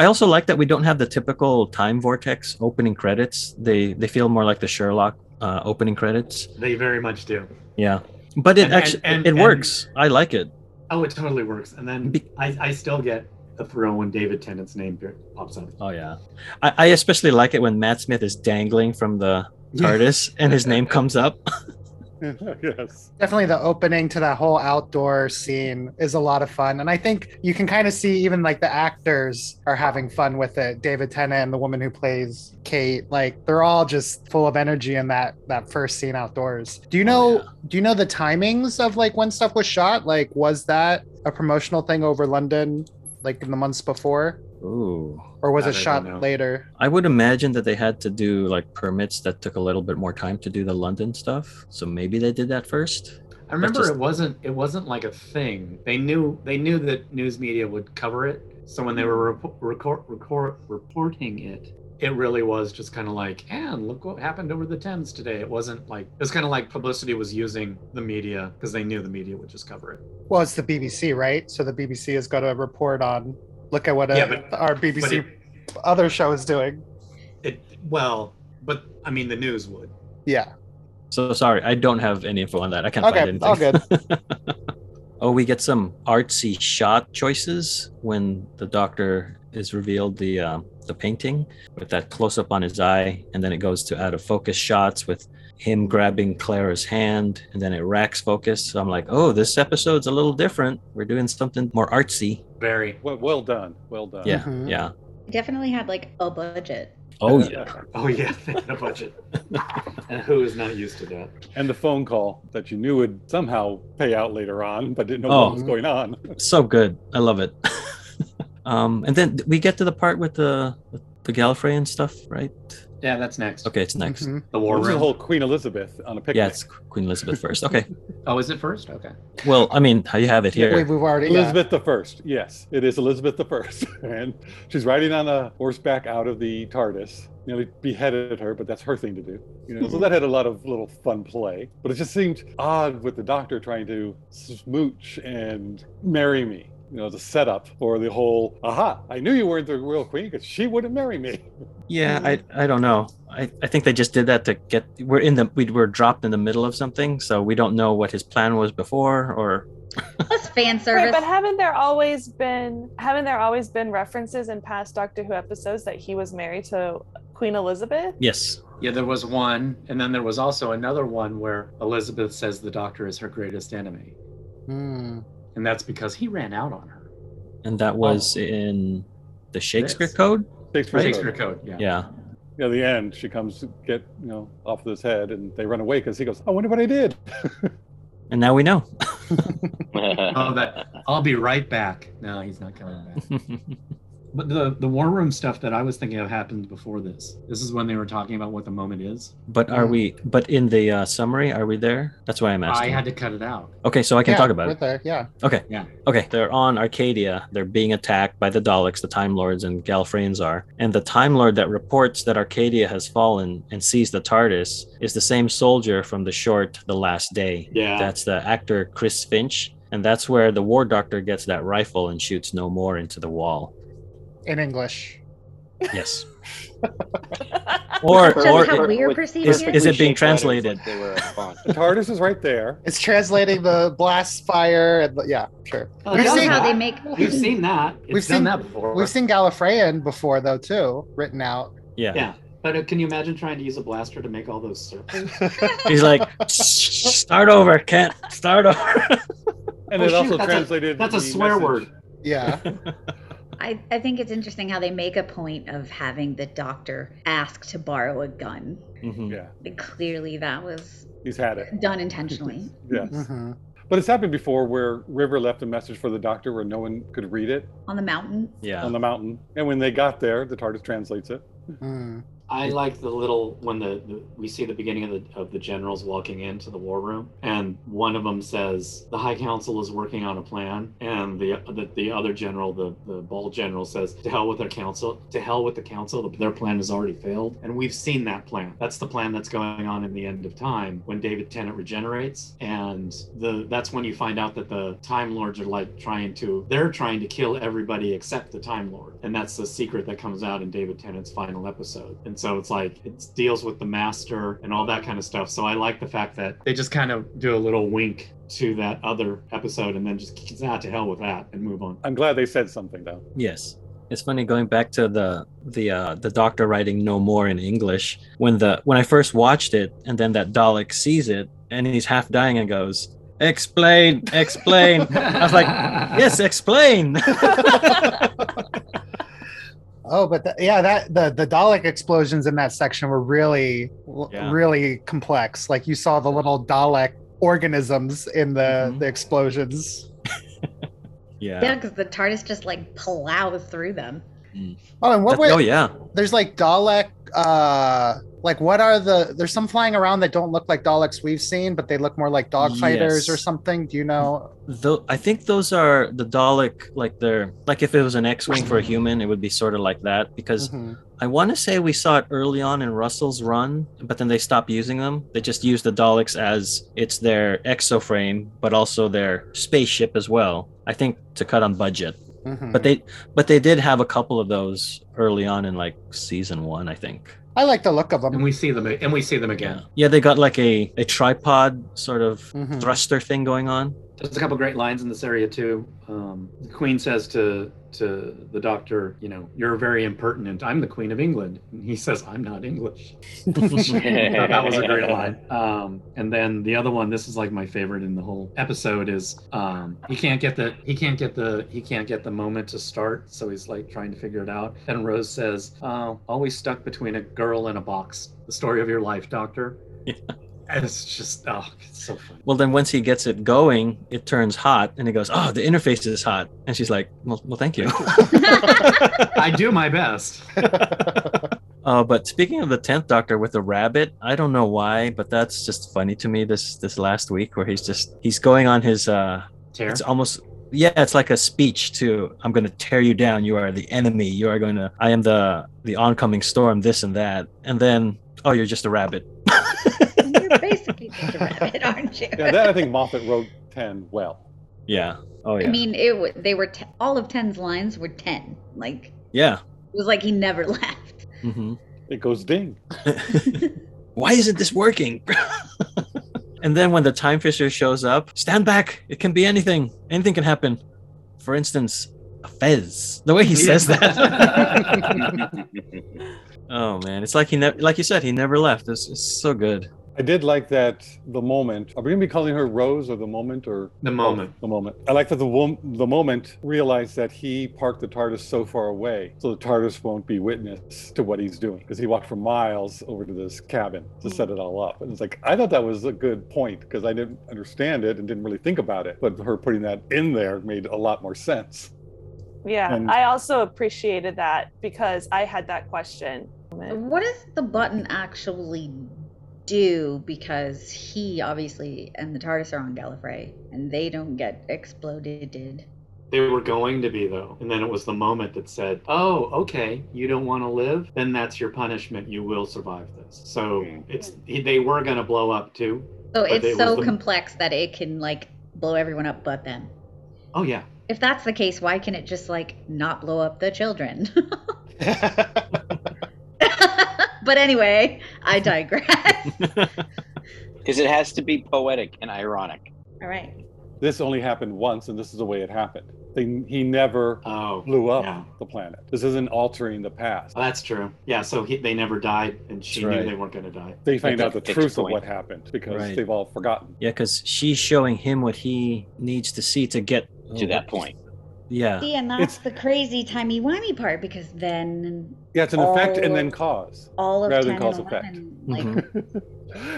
[SPEAKER 1] I also like that we don't have the typical time vortex opening credits. They they feel more like the Sherlock uh, opening credits.
[SPEAKER 3] They very much do.
[SPEAKER 1] Yeah. But it
[SPEAKER 10] And- and-
[SPEAKER 1] actually
[SPEAKER 10] and-
[SPEAKER 1] it
[SPEAKER 10] and-
[SPEAKER 1] works. I like it.
[SPEAKER 3] Oh, it totally works. And then
[SPEAKER 1] Be-
[SPEAKER 3] I, I still get a thrill when David Tennant's name pe- pops up.
[SPEAKER 1] Oh yeah, I, I especially like it when Matt Smith is dangling from the TARDIS and his name comes up.
[SPEAKER 5] *laughs* yes.
[SPEAKER 8] definitely the opening to that whole outdoor scene is a lot of fun and i think you can kind of see even like the actors are having fun with it david tennant and the woman who plays kate like they're all just full of energy in that that first scene outdoors do you
[SPEAKER 1] Oh,
[SPEAKER 8] know
[SPEAKER 1] yeah.
[SPEAKER 8] do you know the timings of like when stuff was shot like was that a promotional thing over london like in the months before
[SPEAKER 1] Ooh,
[SPEAKER 8] or was
[SPEAKER 3] That
[SPEAKER 8] it
[SPEAKER 3] I
[SPEAKER 8] shot
[SPEAKER 3] don't know.
[SPEAKER 8] later
[SPEAKER 1] I would imagine that they had to do like permits that took a little bit more time to do the London stuff. So maybe they did that first.
[SPEAKER 10] I remember
[SPEAKER 1] just-
[SPEAKER 10] it wasn't it wasn't like a thing. They knew they knew that news media would cover it. So when they were repo- record, record,
[SPEAKER 3] Reporting it.
[SPEAKER 10] it really was just kind of like, and look what happened over the Thames today. It wasn't like it was kind of like publicity was using the media because they knew the media would just cover it.
[SPEAKER 8] well it's the bbc right so the bbc has got a report on look at what a,
[SPEAKER 10] Yeah, but-
[SPEAKER 8] our
[SPEAKER 10] But
[SPEAKER 8] bbc
[SPEAKER 10] it,
[SPEAKER 8] other show is doing
[SPEAKER 3] It well, but I mean the news would.
[SPEAKER 8] Yeah.
[SPEAKER 1] So sorry, I don't have any info on that. I can't
[SPEAKER 8] Okay,
[SPEAKER 1] find anything. *laughs*
[SPEAKER 8] all good.
[SPEAKER 1] oh, we get some artsy shot choices when the doctor is revealed the um, the painting with that close up on his eye, and then it goes to out of focus shots with him grabbing Clara's hand, and then it racks focus. So I'm like, oh, this episode's a little different. We're doing something more artsy.
[SPEAKER 3] Very.
[SPEAKER 5] Well, well done. Well done.
[SPEAKER 1] Yeah,
[SPEAKER 8] Mhm.
[SPEAKER 1] yeah.
[SPEAKER 6] Definitely had like a budget.
[SPEAKER 1] Oh yeah.
[SPEAKER 5] uh,
[SPEAKER 3] Oh
[SPEAKER 10] *laughs*
[SPEAKER 3] yeah, the budget. and who is not used to that?
[SPEAKER 5] and the phone call that you knew would somehow pay out later on, but didn't know
[SPEAKER 1] Oh.
[SPEAKER 5] what was going on.
[SPEAKER 1] so good. I love it. *laughs* um, and then we get to the part with the with the Gallifrey and stuff, right?
[SPEAKER 10] Yeah, that's next.
[SPEAKER 1] Okay, it's next.
[SPEAKER 8] Mhm.
[SPEAKER 3] The
[SPEAKER 5] Or
[SPEAKER 3] war
[SPEAKER 5] was the
[SPEAKER 3] room.
[SPEAKER 5] whole Queen Elizabeth on a picnic.
[SPEAKER 1] Yeah, it's Queen Elizabeth first. Okay.
[SPEAKER 10] Oh, is it first? Okay.
[SPEAKER 1] Well, I mean, how you have it
[SPEAKER 8] We,
[SPEAKER 1] here?
[SPEAKER 8] we've already yeah.
[SPEAKER 5] Elizabeth the First. Yes, it is Elizabeth the First, *laughs* and she's riding on a horseback out of the TARDIS. Nearly beheaded her, but that's her thing to do. You know, so that had a lot of little fun play. But it just seemed odd with the Doctor trying to smooch and marry me. You know, the setup for the whole aha! I knew you weren't the real queen because she wouldn't marry me.
[SPEAKER 1] Yeah, I, I don't know. I, I think they just did that to get we're in the we were dropped in the middle of something, so we don't know what his plan was before or
[SPEAKER 6] Plus
[SPEAKER 4] *laughs*
[SPEAKER 6] fan
[SPEAKER 4] Right,
[SPEAKER 6] service.
[SPEAKER 4] but haven't there always been haven't there always been references in past Doctor Who episodes that he was married to Queen Elizabeth?
[SPEAKER 1] yes.
[SPEAKER 10] Yeah, there was one, and then there was also another one where Elizabeth says the doctor is her greatest enemy,
[SPEAKER 8] Mm.
[SPEAKER 10] and that's because he ran out on her.
[SPEAKER 1] And that was in the Shakespeare
[SPEAKER 10] This.
[SPEAKER 1] code?
[SPEAKER 5] Shakespeare.
[SPEAKER 10] Shakespeare code. Yeah.
[SPEAKER 1] Yeah.
[SPEAKER 5] Yeah, the end. She comes to get you know off this head, and they run away because he goes, "I wonder what I did."
[SPEAKER 1] And now we know. *laughs*
[SPEAKER 2] *laughs*
[SPEAKER 10] Oh, that- I'll be right back. No, he's not coming back. But the the war room stuff that I was thinking of happened before this. This is when they were talking about what the moment is.
[SPEAKER 1] but are
[SPEAKER 8] Mhm.
[SPEAKER 1] we but in the uh, summary, are we there? That's why I'm asking.
[SPEAKER 10] I had to cut it out.
[SPEAKER 1] Okay, so I can
[SPEAKER 8] Yeah,
[SPEAKER 1] talk about
[SPEAKER 8] we're
[SPEAKER 1] it.
[SPEAKER 8] There. Yeah.
[SPEAKER 1] Okay.
[SPEAKER 10] Yeah.
[SPEAKER 1] Okay. They're on Arcadia. They're being attacked by the Daleks, the Time Lords, and Galfrains are. And the Time Lord that reports that Arcadia has fallen and sees the TARDIS is the same soldier from the short The Last Day.
[SPEAKER 3] Yeah.
[SPEAKER 1] That's the actor Chris Finch. And that's where the War Doctor gets that rifle and shoots no more into the wall.
[SPEAKER 8] In English.
[SPEAKER 1] Yes. or
[SPEAKER 6] Shows
[SPEAKER 1] or
[SPEAKER 6] how
[SPEAKER 1] it-
[SPEAKER 6] we are
[SPEAKER 2] with
[SPEAKER 6] perceiving
[SPEAKER 1] is-
[SPEAKER 6] it.
[SPEAKER 1] is it
[SPEAKER 2] shaped
[SPEAKER 1] being
[SPEAKER 2] letters
[SPEAKER 1] translated?
[SPEAKER 2] like They were a font.
[SPEAKER 5] The TARDIS is right there.
[SPEAKER 8] It's translating the blast fire and the- yeah, sure.
[SPEAKER 3] Oh,
[SPEAKER 6] I
[SPEAKER 8] We've
[SPEAKER 3] yeah.
[SPEAKER 6] love
[SPEAKER 8] seen-
[SPEAKER 6] how they make.
[SPEAKER 3] We've
[SPEAKER 6] *laughs*
[SPEAKER 3] seen that. It's
[SPEAKER 8] We've
[SPEAKER 3] done
[SPEAKER 8] seen-
[SPEAKER 3] that before.
[SPEAKER 8] We've seen Gallifreyan before though too, written out.
[SPEAKER 1] yeah.
[SPEAKER 3] Yeah. But uh, can you imagine trying to use a blaster to make all those circles?
[SPEAKER 1] He's like, start over, Kent. Start over.
[SPEAKER 5] And
[SPEAKER 3] Oh,
[SPEAKER 5] it
[SPEAKER 3] shoot,
[SPEAKER 5] also
[SPEAKER 3] that's a-
[SPEAKER 5] translated.
[SPEAKER 3] that's a
[SPEAKER 5] the
[SPEAKER 3] swear
[SPEAKER 5] message-
[SPEAKER 3] word.
[SPEAKER 8] Yeah.
[SPEAKER 6] I, I think it's interesting how they make a point of having the doctor ask to borrow a gun.
[SPEAKER 1] Mhm.
[SPEAKER 5] Yeah,
[SPEAKER 6] Clearly, that was
[SPEAKER 5] he's
[SPEAKER 3] *laughs*
[SPEAKER 5] had it.
[SPEAKER 6] done intentionally.
[SPEAKER 5] Yeah,
[SPEAKER 8] hmm
[SPEAKER 5] but it's happened before where River left a message for the Doctor where no one could read it
[SPEAKER 6] On the mountain,
[SPEAKER 1] Yeah.
[SPEAKER 5] on the mountain, and when they got there, the TARDIS translates it.
[SPEAKER 8] Mm.
[SPEAKER 3] I like the little when the, the we see the beginning of the of the generals walking into the war room, and one of them says the High Council is working on a plan, and the the, the other general, the the bald general, says to hell with their council, to hell with the council, their plan has already failed, and we've seen that plan. That's the plan that's going on in the end of time when David Tennant regenerates, and the that's when you find out that the Time Lords are like trying to they're trying to kill everybody except the Time Lord, and that's the secret that comes out in David Tennant's final episode. And so it's like it deals with the Master and all that kind of stuff. So I like the fact that they just kind of do a little wink to that other episode and then just kicks out to hell with that and move on.
[SPEAKER 5] I'm glad they said something though.
[SPEAKER 1] Yes. It's funny going back to the the uh, the doctor writing no more in English when the when I first watched it and then that Dalek sees it and he's half dying and goes explain
[SPEAKER 8] *laughs*
[SPEAKER 1] explain
[SPEAKER 10] I
[SPEAKER 1] was like, yes explain *laughs*
[SPEAKER 8] Oh, but the, yeah, that the the Dalek explosions in that section were really w-
[SPEAKER 1] Yeah.
[SPEAKER 8] really complex. Like you saw the little Dalek organisms in the
[SPEAKER 1] Mhm.
[SPEAKER 8] the explosions.
[SPEAKER 6] yeah,
[SPEAKER 1] yeah
[SPEAKER 6] because the TARDIS just like plows
[SPEAKER 1] *laughs*
[SPEAKER 6] through them. *laughs*
[SPEAKER 8] Oh, and what
[SPEAKER 1] That-
[SPEAKER 8] were
[SPEAKER 1] oh yeah
[SPEAKER 8] there's like Dalek uh like what are the there's some flying around that don't look like Daleks we've seen, but they look more like dog fighters
[SPEAKER 1] Yes.
[SPEAKER 8] or something. Do you know?
[SPEAKER 1] though I think those are the Dalek like they're like if it was an X-wing for a human it would be sort of like that because
[SPEAKER 8] Mhm.
[SPEAKER 1] I want to say we saw it early on in Russell's run, but then they stopped using them. They just use the Daleks as it's their exoframe, but also their spaceship as well. I think to cut on budget.
[SPEAKER 8] Mhm.
[SPEAKER 1] But they but they did have a couple of those early on in like season one, I think.
[SPEAKER 8] I like the look of them.
[SPEAKER 10] and we see them and we see them again.
[SPEAKER 1] Yeah, they got like a, a tripod sort of
[SPEAKER 8] Mhm.
[SPEAKER 1] thruster thing going on.
[SPEAKER 3] There's a couple great lines in this area too. Um, the queen says to to the doctor, you know, you're very impertinent. I'm the queen of England, and he says, I'm not English. *laughs* So that was a great line. Um, and then the other one, this is like my favorite in the whole episode, is um, he can't get the he can't get the he can't get the moment to start, so he's like trying to figure it out. And Rose says, uh, "Always stuck between a girl and a box. The story of your life, doctor."
[SPEAKER 1] Yeah.
[SPEAKER 3] And it's just oh, it's so funny.
[SPEAKER 1] Well, then once he gets it going, it turns hot, and he goes, "Oh, the interface is hot." And she's like, "Well, well thank you."
[SPEAKER 3] I do my best.
[SPEAKER 1] Uh, but speaking of the tenth Doctor with the rabbit, I don't know why, but that's just funny to me. This this last week where he's just he's going on his uh,
[SPEAKER 3] Tear.
[SPEAKER 1] it's almost yeah, it's like a speech to I'm going to tear you down. You are the enemy. You are going to I am the the oncoming storm. This and that, and then oh, you're just a
[SPEAKER 6] *laughs*
[SPEAKER 1] rabbit. *laughs*
[SPEAKER 6] You're basically just a rabbit, aren't you?
[SPEAKER 5] Yeah, that I think Moffat wrote 10 well.
[SPEAKER 1] yeah. Oh yeah.
[SPEAKER 6] I mean, it. wa- They were te- all of Ten's lines were ten. Like it
[SPEAKER 1] yeah.
[SPEAKER 6] was like he never *laughs* left.
[SPEAKER 1] hmm
[SPEAKER 5] It goes ding.
[SPEAKER 1] why isn't this working? *laughs* and then when the time fisher shows up, stand back. It can be anything. Anything can happen. For instance, a fez. The way he says
[SPEAKER 2] *laughs*
[SPEAKER 1] that. oh man, it's like he never, like you said, he never left. It's, it's so good.
[SPEAKER 5] I did like that the moment. Are we going to be calling her Rose or the moment or
[SPEAKER 3] The moment.
[SPEAKER 5] the moment? I like that the wom- the moment realized that he parked the TARDIS so far away, so the TARDIS won't be witness to what he's doing because he walked for miles over to this cabin to set it all up. And it's like I thought that was a good point because I didn't understand it and didn't really think about it, but her putting that in there made a lot more sense.
[SPEAKER 4] Yeah,
[SPEAKER 5] And-
[SPEAKER 4] I also appreciated that because I had that question.
[SPEAKER 6] What does the button actually do? Because he obviously and the TARDIS are on Gallifrey, and they don't get exploded.
[SPEAKER 3] They were going to be though, and then it was the moment that said, "Oh, okay, you don't want to live. Then that's your punishment. You will survive this." So
[SPEAKER 5] Mm.
[SPEAKER 3] it's they were going to blow up too.
[SPEAKER 6] So
[SPEAKER 3] But it was
[SPEAKER 6] it's so
[SPEAKER 3] the-
[SPEAKER 6] complex that it can like blow everyone up but them.
[SPEAKER 3] Oh yeah,
[SPEAKER 6] If that's the case, why can it just like not blow up the children? *laughs* but anyway, I digress.
[SPEAKER 2] Because it has to be poetic and ironic.
[SPEAKER 6] All right.
[SPEAKER 5] This only happened once, and this is the way it happened. They, he never
[SPEAKER 3] oh
[SPEAKER 5] blew up
[SPEAKER 3] yeah, Oh,
[SPEAKER 5] the planet. This isn't altering the past.
[SPEAKER 3] that's true. Yeah, so he, they never died, and she
[SPEAKER 1] That's
[SPEAKER 3] knew
[SPEAKER 1] right.
[SPEAKER 3] they weren't going to die.
[SPEAKER 5] They find
[SPEAKER 2] Like
[SPEAKER 5] out
[SPEAKER 2] a
[SPEAKER 5] the
[SPEAKER 2] fixed
[SPEAKER 5] truth
[SPEAKER 2] point.
[SPEAKER 5] of what happened because
[SPEAKER 1] Right.
[SPEAKER 5] they've all forgotten.
[SPEAKER 1] Yeah, because she's showing him what he needs to see to get
[SPEAKER 5] Oh,
[SPEAKER 2] To that point.
[SPEAKER 1] Yeah.
[SPEAKER 6] See, and
[SPEAKER 5] It's-
[SPEAKER 6] that's the crazy timey wimey part because then
[SPEAKER 5] Yeah, it's an effect and
[SPEAKER 6] All
[SPEAKER 5] then
[SPEAKER 6] of-
[SPEAKER 5] cause.
[SPEAKER 6] all of
[SPEAKER 5] Rather
[SPEAKER 6] 10
[SPEAKER 5] than cause
[SPEAKER 6] and
[SPEAKER 5] effect.
[SPEAKER 6] 11, like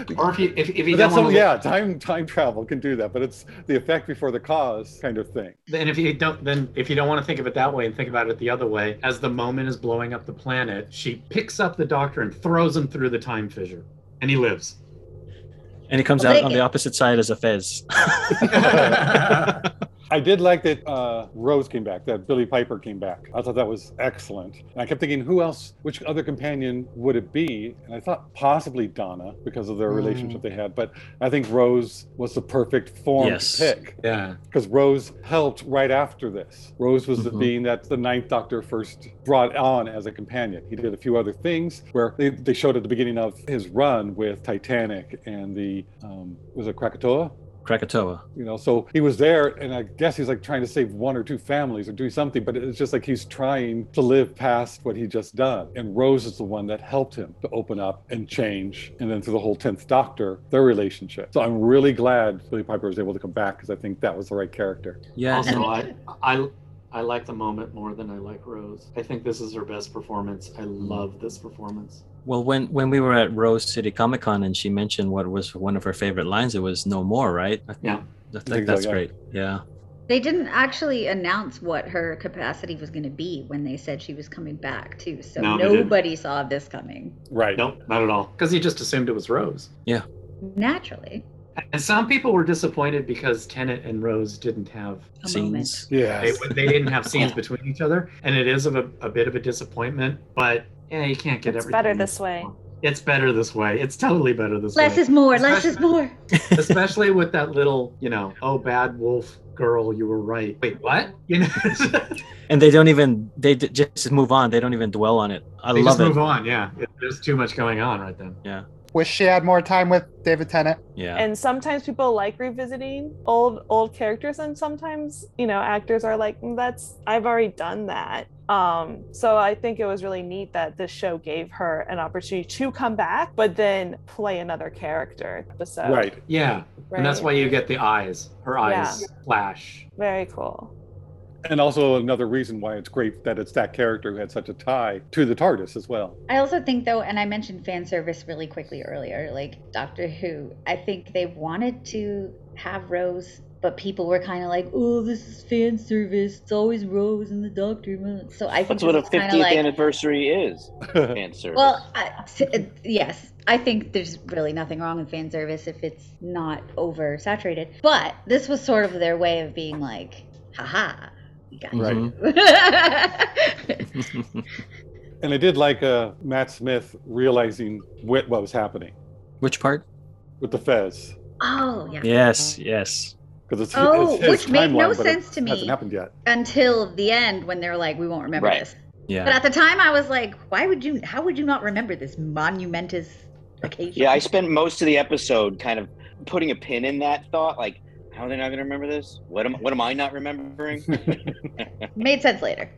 [SPEAKER 1] Mhm.
[SPEAKER 3] Or if you if, if you
[SPEAKER 5] But
[SPEAKER 3] don't
[SPEAKER 5] that's
[SPEAKER 3] want
[SPEAKER 5] all,
[SPEAKER 3] to
[SPEAKER 5] yeah, time time travel can do that, but it's the effect before the cause kind of thing.
[SPEAKER 3] Then if you don't, then if you don't want to think of it that way and think about it the other way, as the moment is blowing up the planet, she picks up the doctor and throws him through the time fissure, and he lives.
[SPEAKER 1] And he comes
[SPEAKER 6] Well,
[SPEAKER 1] out
[SPEAKER 6] they-
[SPEAKER 1] on the opposite side as a fez.
[SPEAKER 5] I did like that uh, Rose came back, that Billy Piper came back. I thought that was excellent. And I kept thinking, who else, which other companion would it be? And I thought possibly Donna because of their
[SPEAKER 8] Mm.
[SPEAKER 5] relationship they had. But I think Rose was the perfect form
[SPEAKER 1] Yes.
[SPEAKER 5] to pick.
[SPEAKER 3] yeah.
[SPEAKER 5] because Rose helped right after this. Rose was
[SPEAKER 1] Mhm.
[SPEAKER 5] the being that the Ninth Doctor first brought on as a companion. He did a few other things where they, they showed at the beginning of his run with Titanic and the um, was it Krakatoa?
[SPEAKER 1] Krakatoa.
[SPEAKER 5] You know, so he was there, and I guess he's like trying to save one or two families or do something, but it's just like he's trying to live past what he just done. And Rose is the one that helped him to open up and change, and then through the whole Tenth Doctor, their relationship. So I'm really glad Billy Piper was able to come back because I think that was the right character.
[SPEAKER 1] *laughs* Yeah.
[SPEAKER 3] Also, I, I I like the moment more than I like Rose. I think this is her best performance. I love this performance.
[SPEAKER 1] Well, when when we were at Rose City Comic Con and she mentioned what was one of her favorite lines, it was "No more," right? I think-
[SPEAKER 3] Yeah.
[SPEAKER 1] I think,
[SPEAKER 5] think so,
[SPEAKER 1] that's
[SPEAKER 5] yeah.
[SPEAKER 1] great. Yeah,
[SPEAKER 6] they didn't actually announce what her capacity was going to be when they said she was coming back too. So
[SPEAKER 3] No, they didn't.
[SPEAKER 6] nobody saw this coming
[SPEAKER 5] Right.
[SPEAKER 3] Nope, not at all. Because he just assumed it was Rose.
[SPEAKER 6] naturally.
[SPEAKER 3] And some people were disappointed because Tennant and Rose didn't have
[SPEAKER 6] A
[SPEAKER 1] scenes.
[SPEAKER 5] Yeah.
[SPEAKER 3] they, they didn't have *laughs* scenes between each other, and it is of a, a bit of a disappointment. But yeah, you can't get
[SPEAKER 4] It's
[SPEAKER 3] everything.
[SPEAKER 4] better this way.
[SPEAKER 3] It's better this way. It's totally better this
[SPEAKER 6] Less
[SPEAKER 3] way.
[SPEAKER 4] *laughs*
[SPEAKER 6] is more. Less is more.
[SPEAKER 3] Especially with that little, you know, oh bad wolf girl, you were right. Wait, what? You know, *laughs*
[SPEAKER 1] and they don't even they d- just move on. They don't even dwell on it. I
[SPEAKER 3] they
[SPEAKER 1] love
[SPEAKER 3] just
[SPEAKER 1] it.
[SPEAKER 3] move on. Yeah, It- there's too much going on right then.
[SPEAKER 8] Wish she had more time with David *laughs* Tennant.
[SPEAKER 1] Yeah.
[SPEAKER 4] And sometimes people like revisiting old old characters, and sometimes you know actors are like, "Mm, "That's I've already done that." Um, so I think it was really neat that this show gave her an opportunity to come back, but then play another character episode.
[SPEAKER 5] Right.
[SPEAKER 3] Yeah, and that's
[SPEAKER 4] right?
[SPEAKER 3] why you get the eyes. Her eyes flash.
[SPEAKER 4] Very cool.
[SPEAKER 5] And also another reason why it's great that it's that character who had such a tie to the TARDIS as well. *laughs*
[SPEAKER 6] I also think though, and I mentioned fan service really quickly earlier, like Doctor Who, I think they wanted to have Rose, but people were kind of like, "Oh, this is fan service. It's always Rose and the Doctor." So I think
[SPEAKER 2] That's what a
[SPEAKER 6] it's kind
[SPEAKER 2] 50th
[SPEAKER 6] of like,
[SPEAKER 2] anniversary is.
[SPEAKER 5] Uh,
[SPEAKER 2] Answer.
[SPEAKER 6] well, I, t- uh, yes, I think there's really nothing wrong with fan service if it's not oversaturated. But this was sort of their way of being like, "Haha, we got
[SPEAKER 2] *laughs*
[SPEAKER 1] Mhm.
[SPEAKER 6] you."
[SPEAKER 1] Mm-hmm.
[SPEAKER 5] And I did like uh, Matt Smith realizing what, what was happening
[SPEAKER 1] *laughs* Which part?
[SPEAKER 5] with the Fez.
[SPEAKER 6] oh yeah.
[SPEAKER 1] Yes, yes.
[SPEAKER 5] Because it's,
[SPEAKER 6] Oh,
[SPEAKER 5] it's his
[SPEAKER 6] which made no
[SPEAKER 5] timeline, but it
[SPEAKER 6] sense to me.
[SPEAKER 5] hasn't happened yet.
[SPEAKER 6] until the end when they were like, "We won't remember
[SPEAKER 2] Right.
[SPEAKER 6] this." But
[SPEAKER 1] Yeah.
[SPEAKER 6] at the time, I was like, "Why would you? How would you not remember this monumentous occasion?"
[SPEAKER 2] yeah, I spent most of the episode kind of putting a pin in that thought. Like, how are they not going to remember this? What am What am I not
[SPEAKER 5] *laughs*
[SPEAKER 2] remembering?
[SPEAKER 6] made sense later.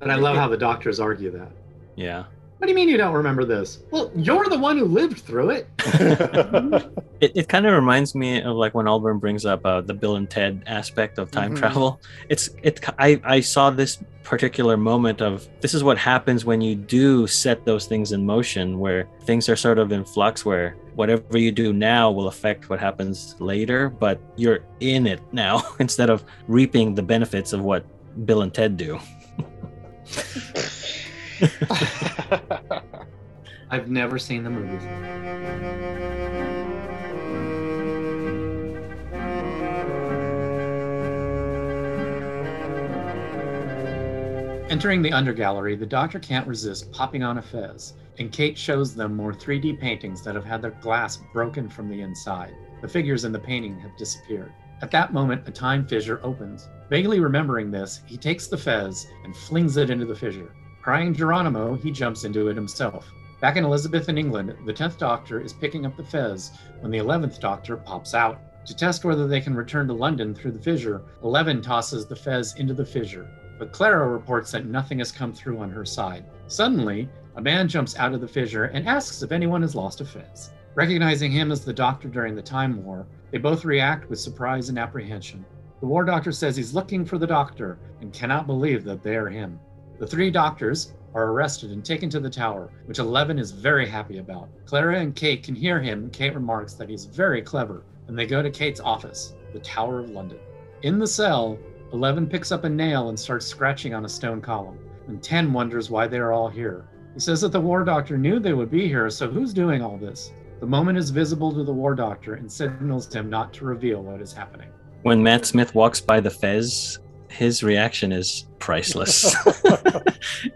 [SPEAKER 3] And I love how the doctors argue that.
[SPEAKER 1] Yeah.
[SPEAKER 3] What do you mean you don't remember this? Well, you're the one who lived through it.
[SPEAKER 6] Mm-hmm.
[SPEAKER 1] It, it kind of reminds me of like when Alburn brings up uh, the Bill and Ted aspect of time
[SPEAKER 3] Mhm.
[SPEAKER 1] travel. *laughs* It's it. I I saw this particular moment of this is what happens when you do set those things in motion, where things are sort of in flux, where whatever you do now will affect what happens later, but you're in it now *laughs* instead of reaping the benefits of what Bill and Ted do.
[SPEAKER 3] I've never seen the movies. Entering the undergallery, the doctor can't resist popping on a fez, and Kate shows them more 3D paintings that have had their glass broken from the inside. The figures in the painting have disappeared. At that moment, a time fissure opens. Vaguely remembering this, he takes the fez and flings it into the fissure. Crying Geronimo, he jumps into it himself. Back in Elizabeth in England, the 10th Doctor is picking up the Fez when the 11th Doctor pops out. To test whether they can return to London through the fissure, Eleven tosses the Fez into the fissure, but Clara reports that nothing has come through on her side. Suddenly, a man jumps out of the fissure and asks if anyone has lost a Fez. Recognizing him as the Doctor during the Time War, they both react with surprise and apprehension. The War Doctor says he's looking for the Doctor and cannot believe that they are him. The three doctors are arrested and taken to the tower, which Eleven is very happy about. Clara and Kate can hear him, and Kate remarks that he's very clever, and they go to Kate's office, the Tower of London. In the cell, Eleven picks up a nail and starts scratching on a stone column, and Ten wonders why they are all here. He says that the War Doctor knew they would be here, so who's doing all this? The moment is visible to the War Doctor and signals him not to reveal what is happening.
[SPEAKER 1] When Matt Smith walks by the Fez, his reaction is priceless.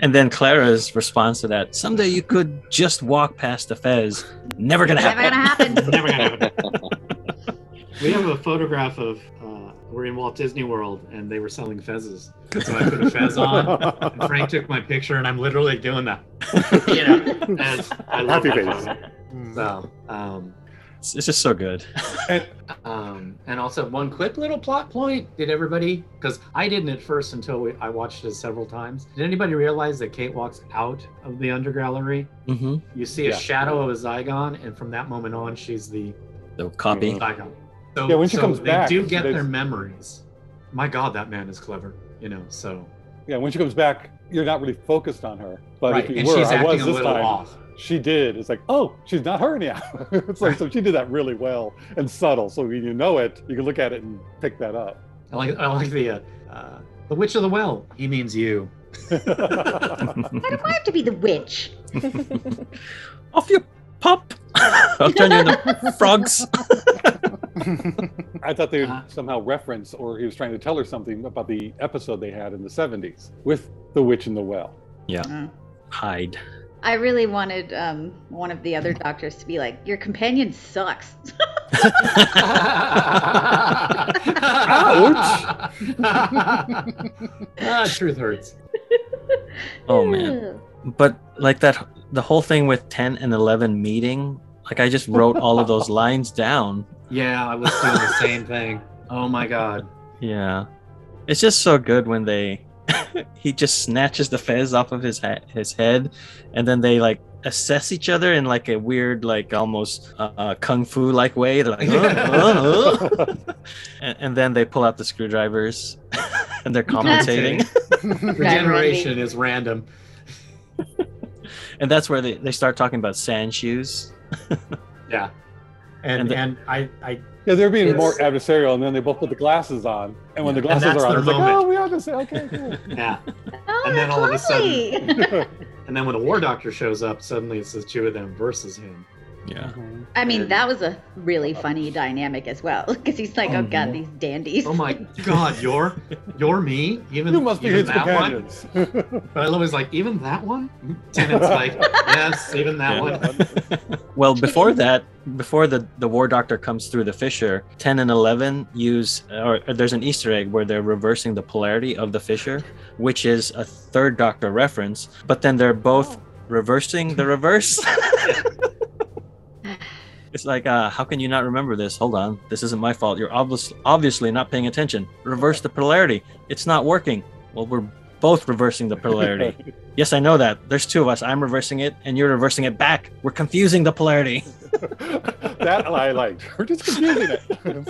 [SPEAKER 1] and then Clara's response to that someday you could just walk past the Fez. Never gonna
[SPEAKER 6] Never
[SPEAKER 1] happen.
[SPEAKER 6] gonna happen. *laughs*
[SPEAKER 3] Never gonna happen. we have a photograph of uh, we're in Walt Disney World and they were selling fezzes. So I put a
[SPEAKER 5] *laughs*
[SPEAKER 3] fez on. And Frank took my picture and I'm literally doing that. you know, and I love
[SPEAKER 5] Happy
[SPEAKER 3] that
[SPEAKER 5] face.
[SPEAKER 3] photo. So, um,
[SPEAKER 1] It's, it's just so good.
[SPEAKER 3] um, and also one quick little plot point. Did everybody? Because I didn't at first until we, I watched it several times. Did anybody realize that Kate walks out of the undergallery?
[SPEAKER 1] hmm
[SPEAKER 3] You see a
[SPEAKER 5] Yeah.
[SPEAKER 3] shadow of a Zygon, and from that moment on, she's the
[SPEAKER 1] The copy.
[SPEAKER 5] Mhm.
[SPEAKER 3] Zygon. So,
[SPEAKER 5] Yeah, when she
[SPEAKER 3] so
[SPEAKER 5] comes
[SPEAKER 3] they
[SPEAKER 5] back,
[SPEAKER 3] do get
[SPEAKER 5] there's-
[SPEAKER 3] their memories. My God, that man is clever. You know, so
[SPEAKER 5] yeah, when she comes back, you're not really focused on her. But
[SPEAKER 3] right,
[SPEAKER 5] if you
[SPEAKER 3] and
[SPEAKER 5] were,
[SPEAKER 3] she's
[SPEAKER 5] I
[SPEAKER 3] acting
[SPEAKER 5] was
[SPEAKER 3] a
[SPEAKER 5] this
[SPEAKER 3] little
[SPEAKER 5] time.
[SPEAKER 3] off.
[SPEAKER 5] She did. It's like, oh, she's not her now. *laughs* it's like, so she did that really well and subtle. So when you know it, you can look at it and pick that up.
[SPEAKER 3] I like, I like the uh, uh, the Witch of the Well. He means
[SPEAKER 5] *laughs*
[SPEAKER 3] you.
[SPEAKER 6] Why do I have to be the witch?
[SPEAKER 1] *laughs* Off your pop. *laughs* I'll turn you into frogs.
[SPEAKER 5] I thought they would
[SPEAKER 3] Uh-huh.
[SPEAKER 5] somehow reference, or he was trying to tell her something about the episode they had in the 70s with the witch in the well.
[SPEAKER 6] Uh,
[SPEAKER 1] Hide. *laughs*
[SPEAKER 6] I really wanted um, one of the other doctors to be like, "Your companion sucks."
[SPEAKER 1] *laughs*
[SPEAKER 10] Ouch! ah, truth hurts.
[SPEAKER 1] Oh man.
[SPEAKER 6] Hmm.
[SPEAKER 1] but like that the whole thing with 10 and 11 meeting like i just wrote all of those lines down
[SPEAKER 3] Yeah, I was doing the same thing. Oh my god.
[SPEAKER 1] yeah it's just so good when they *laughs* he just snatches the fez off of his ha- his head and then they like assess each other in like a weird like almost uh, uh, kung fu like way they're like "Uh, uh, uh." and, and then they pull out the screwdrivers *laughs* and they're commentating
[SPEAKER 10] Regeneration is random.
[SPEAKER 1] and that's where they, they start talking about sand shoes
[SPEAKER 10] Yeah. And
[SPEAKER 1] And
[SPEAKER 10] and,
[SPEAKER 1] the-
[SPEAKER 10] I,
[SPEAKER 5] *laughs*
[SPEAKER 10] I
[SPEAKER 5] Yeah, they're being
[SPEAKER 10] Yes.
[SPEAKER 5] more adversarial, and then they both put the glasses on. And when the
[SPEAKER 10] Yeah, and
[SPEAKER 5] glasses
[SPEAKER 10] that's
[SPEAKER 5] are on,
[SPEAKER 10] their
[SPEAKER 5] it's like,
[SPEAKER 10] moment.
[SPEAKER 5] oh, we have to say, okay, cool.
[SPEAKER 3] *laughs* Yeah.
[SPEAKER 6] oh,
[SPEAKER 3] And then
[SPEAKER 6] that's
[SPEAKER 3] all of a
[SPEAKER 6] lovely.
[SPEAKER 3] *laughs* And then when the war doctor shows up, suddenly it's the two of them versus him.
[SPEAKER 1] yeah
[SPEAKER 6] I mean, that was a really funny dynamic as well, because he's like, "Oh God, these dandies."
[SPEAKER 3] Oh my god, you're you're me? Even
[SPEAKER 5] you must be
[SPEAKER 3] even
[SPEAKER 5] his
[SPEAKER 3] that one?
[SPEAKER 5] companions. *laughs*
[SPEAKER 3] But I love is like, even that one? And it's like, yes, even that
[SPEAKER 1] Yeah.
[SPEAKER 3] one.
[SPEAKER 1] Well, before that, before the, the war doctor comes through the fissure, 10 and 11 use, or, or there's an Easter egg where they're reversing the polarity of the fissure, which is a third doctor reference, but then they're both reversing the reverse. *laughs* it's like, uh, how can you not remember this? Hold on. This isn't my fault. You're obvious, obviously not paying attention. Reverse the polarity. It's not working. Well, we're both reversing the polarity. Yes, I know that. There's two of us. I'm reversing it, and you're reversing it back. We're confusing the polarity.
[SPEAKER 5] that I liked. *laughs* We're just confusing it.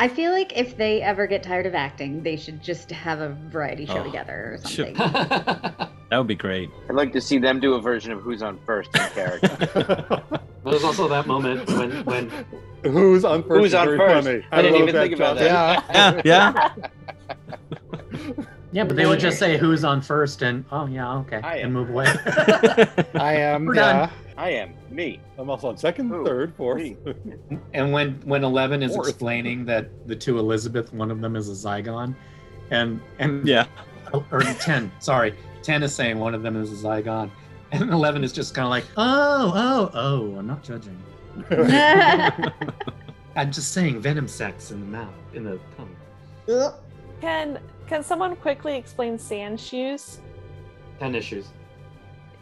[SPEAKER 6] I feel like if they ever get tired of acting, they should just have a variety show
[SPEAKER 1] Oh,
[SPEAKER 6] together or
[SPEAKER 1] sure.
[SPEAKER 6] something.
[SPEAKER 1] *laughs*
[SPEAKER 3] *laughs*
[SPEAKER 1] That would be great.
[SPEAKER 2] I'd like to see them do a version of who's on first in character.
[SPEAKER 3] *laughs*
[SPEAKER 5] *laughs*
[SPEAKER 3] There's also that moment when when
[SPEAKER 5] Who's on first?
[SPEAKER 2] Who's
[SPEAKER 5] is
[SPEAKER 2] on
[SPEAKER 5] very
[SPEAKER 2] first?
[SPEAKER 5] funny.
[SPEAKER 2] I didn't
[SPEAKER 5] love
[SPEAKER 2] even think about
[SPEAKER 5] joke.
[SPEAKER 2] that.
[SPEAKER 1] Yeah, yeah.
[SPEAKER 10] yeah, but they would just say who's on first and oh yeah, okay.
[SPEAKER 2] I am.
[SPEAKER 10] and move away. *laughs*
[SPEAKER 8] I am.
[SPEAKER 10] We're
[SPEAKER 8] yeah.
[SPEAKER 2] I am me.
[SPEAKER 5] I'm also on second,
[SPEAKER 2] Who?
[SPEAKER 5] third, fourth.
[SPEAKER 2] Me.
[SPEAKER 10] and when when Eleven is
[SPEAKER 5] Fourth.
[SPEAKER 10] explaining that the two Elizabeth, one of them is a Zygon, and and Oh,
[SPEAKER 1] Yeah.
[SPEAKER 10] or ten, sorry, ten is saying one of them is a Zygon, and Eleven is just kind of like, oh oh oh, I'm not judging.
[SPEAKER 3] I'm just saying venom sex in the mouth, in the tongue.
[SPEAKER 4] Can can someone quickly explain sand shoes?
[SPEAKER 3] Ten issues.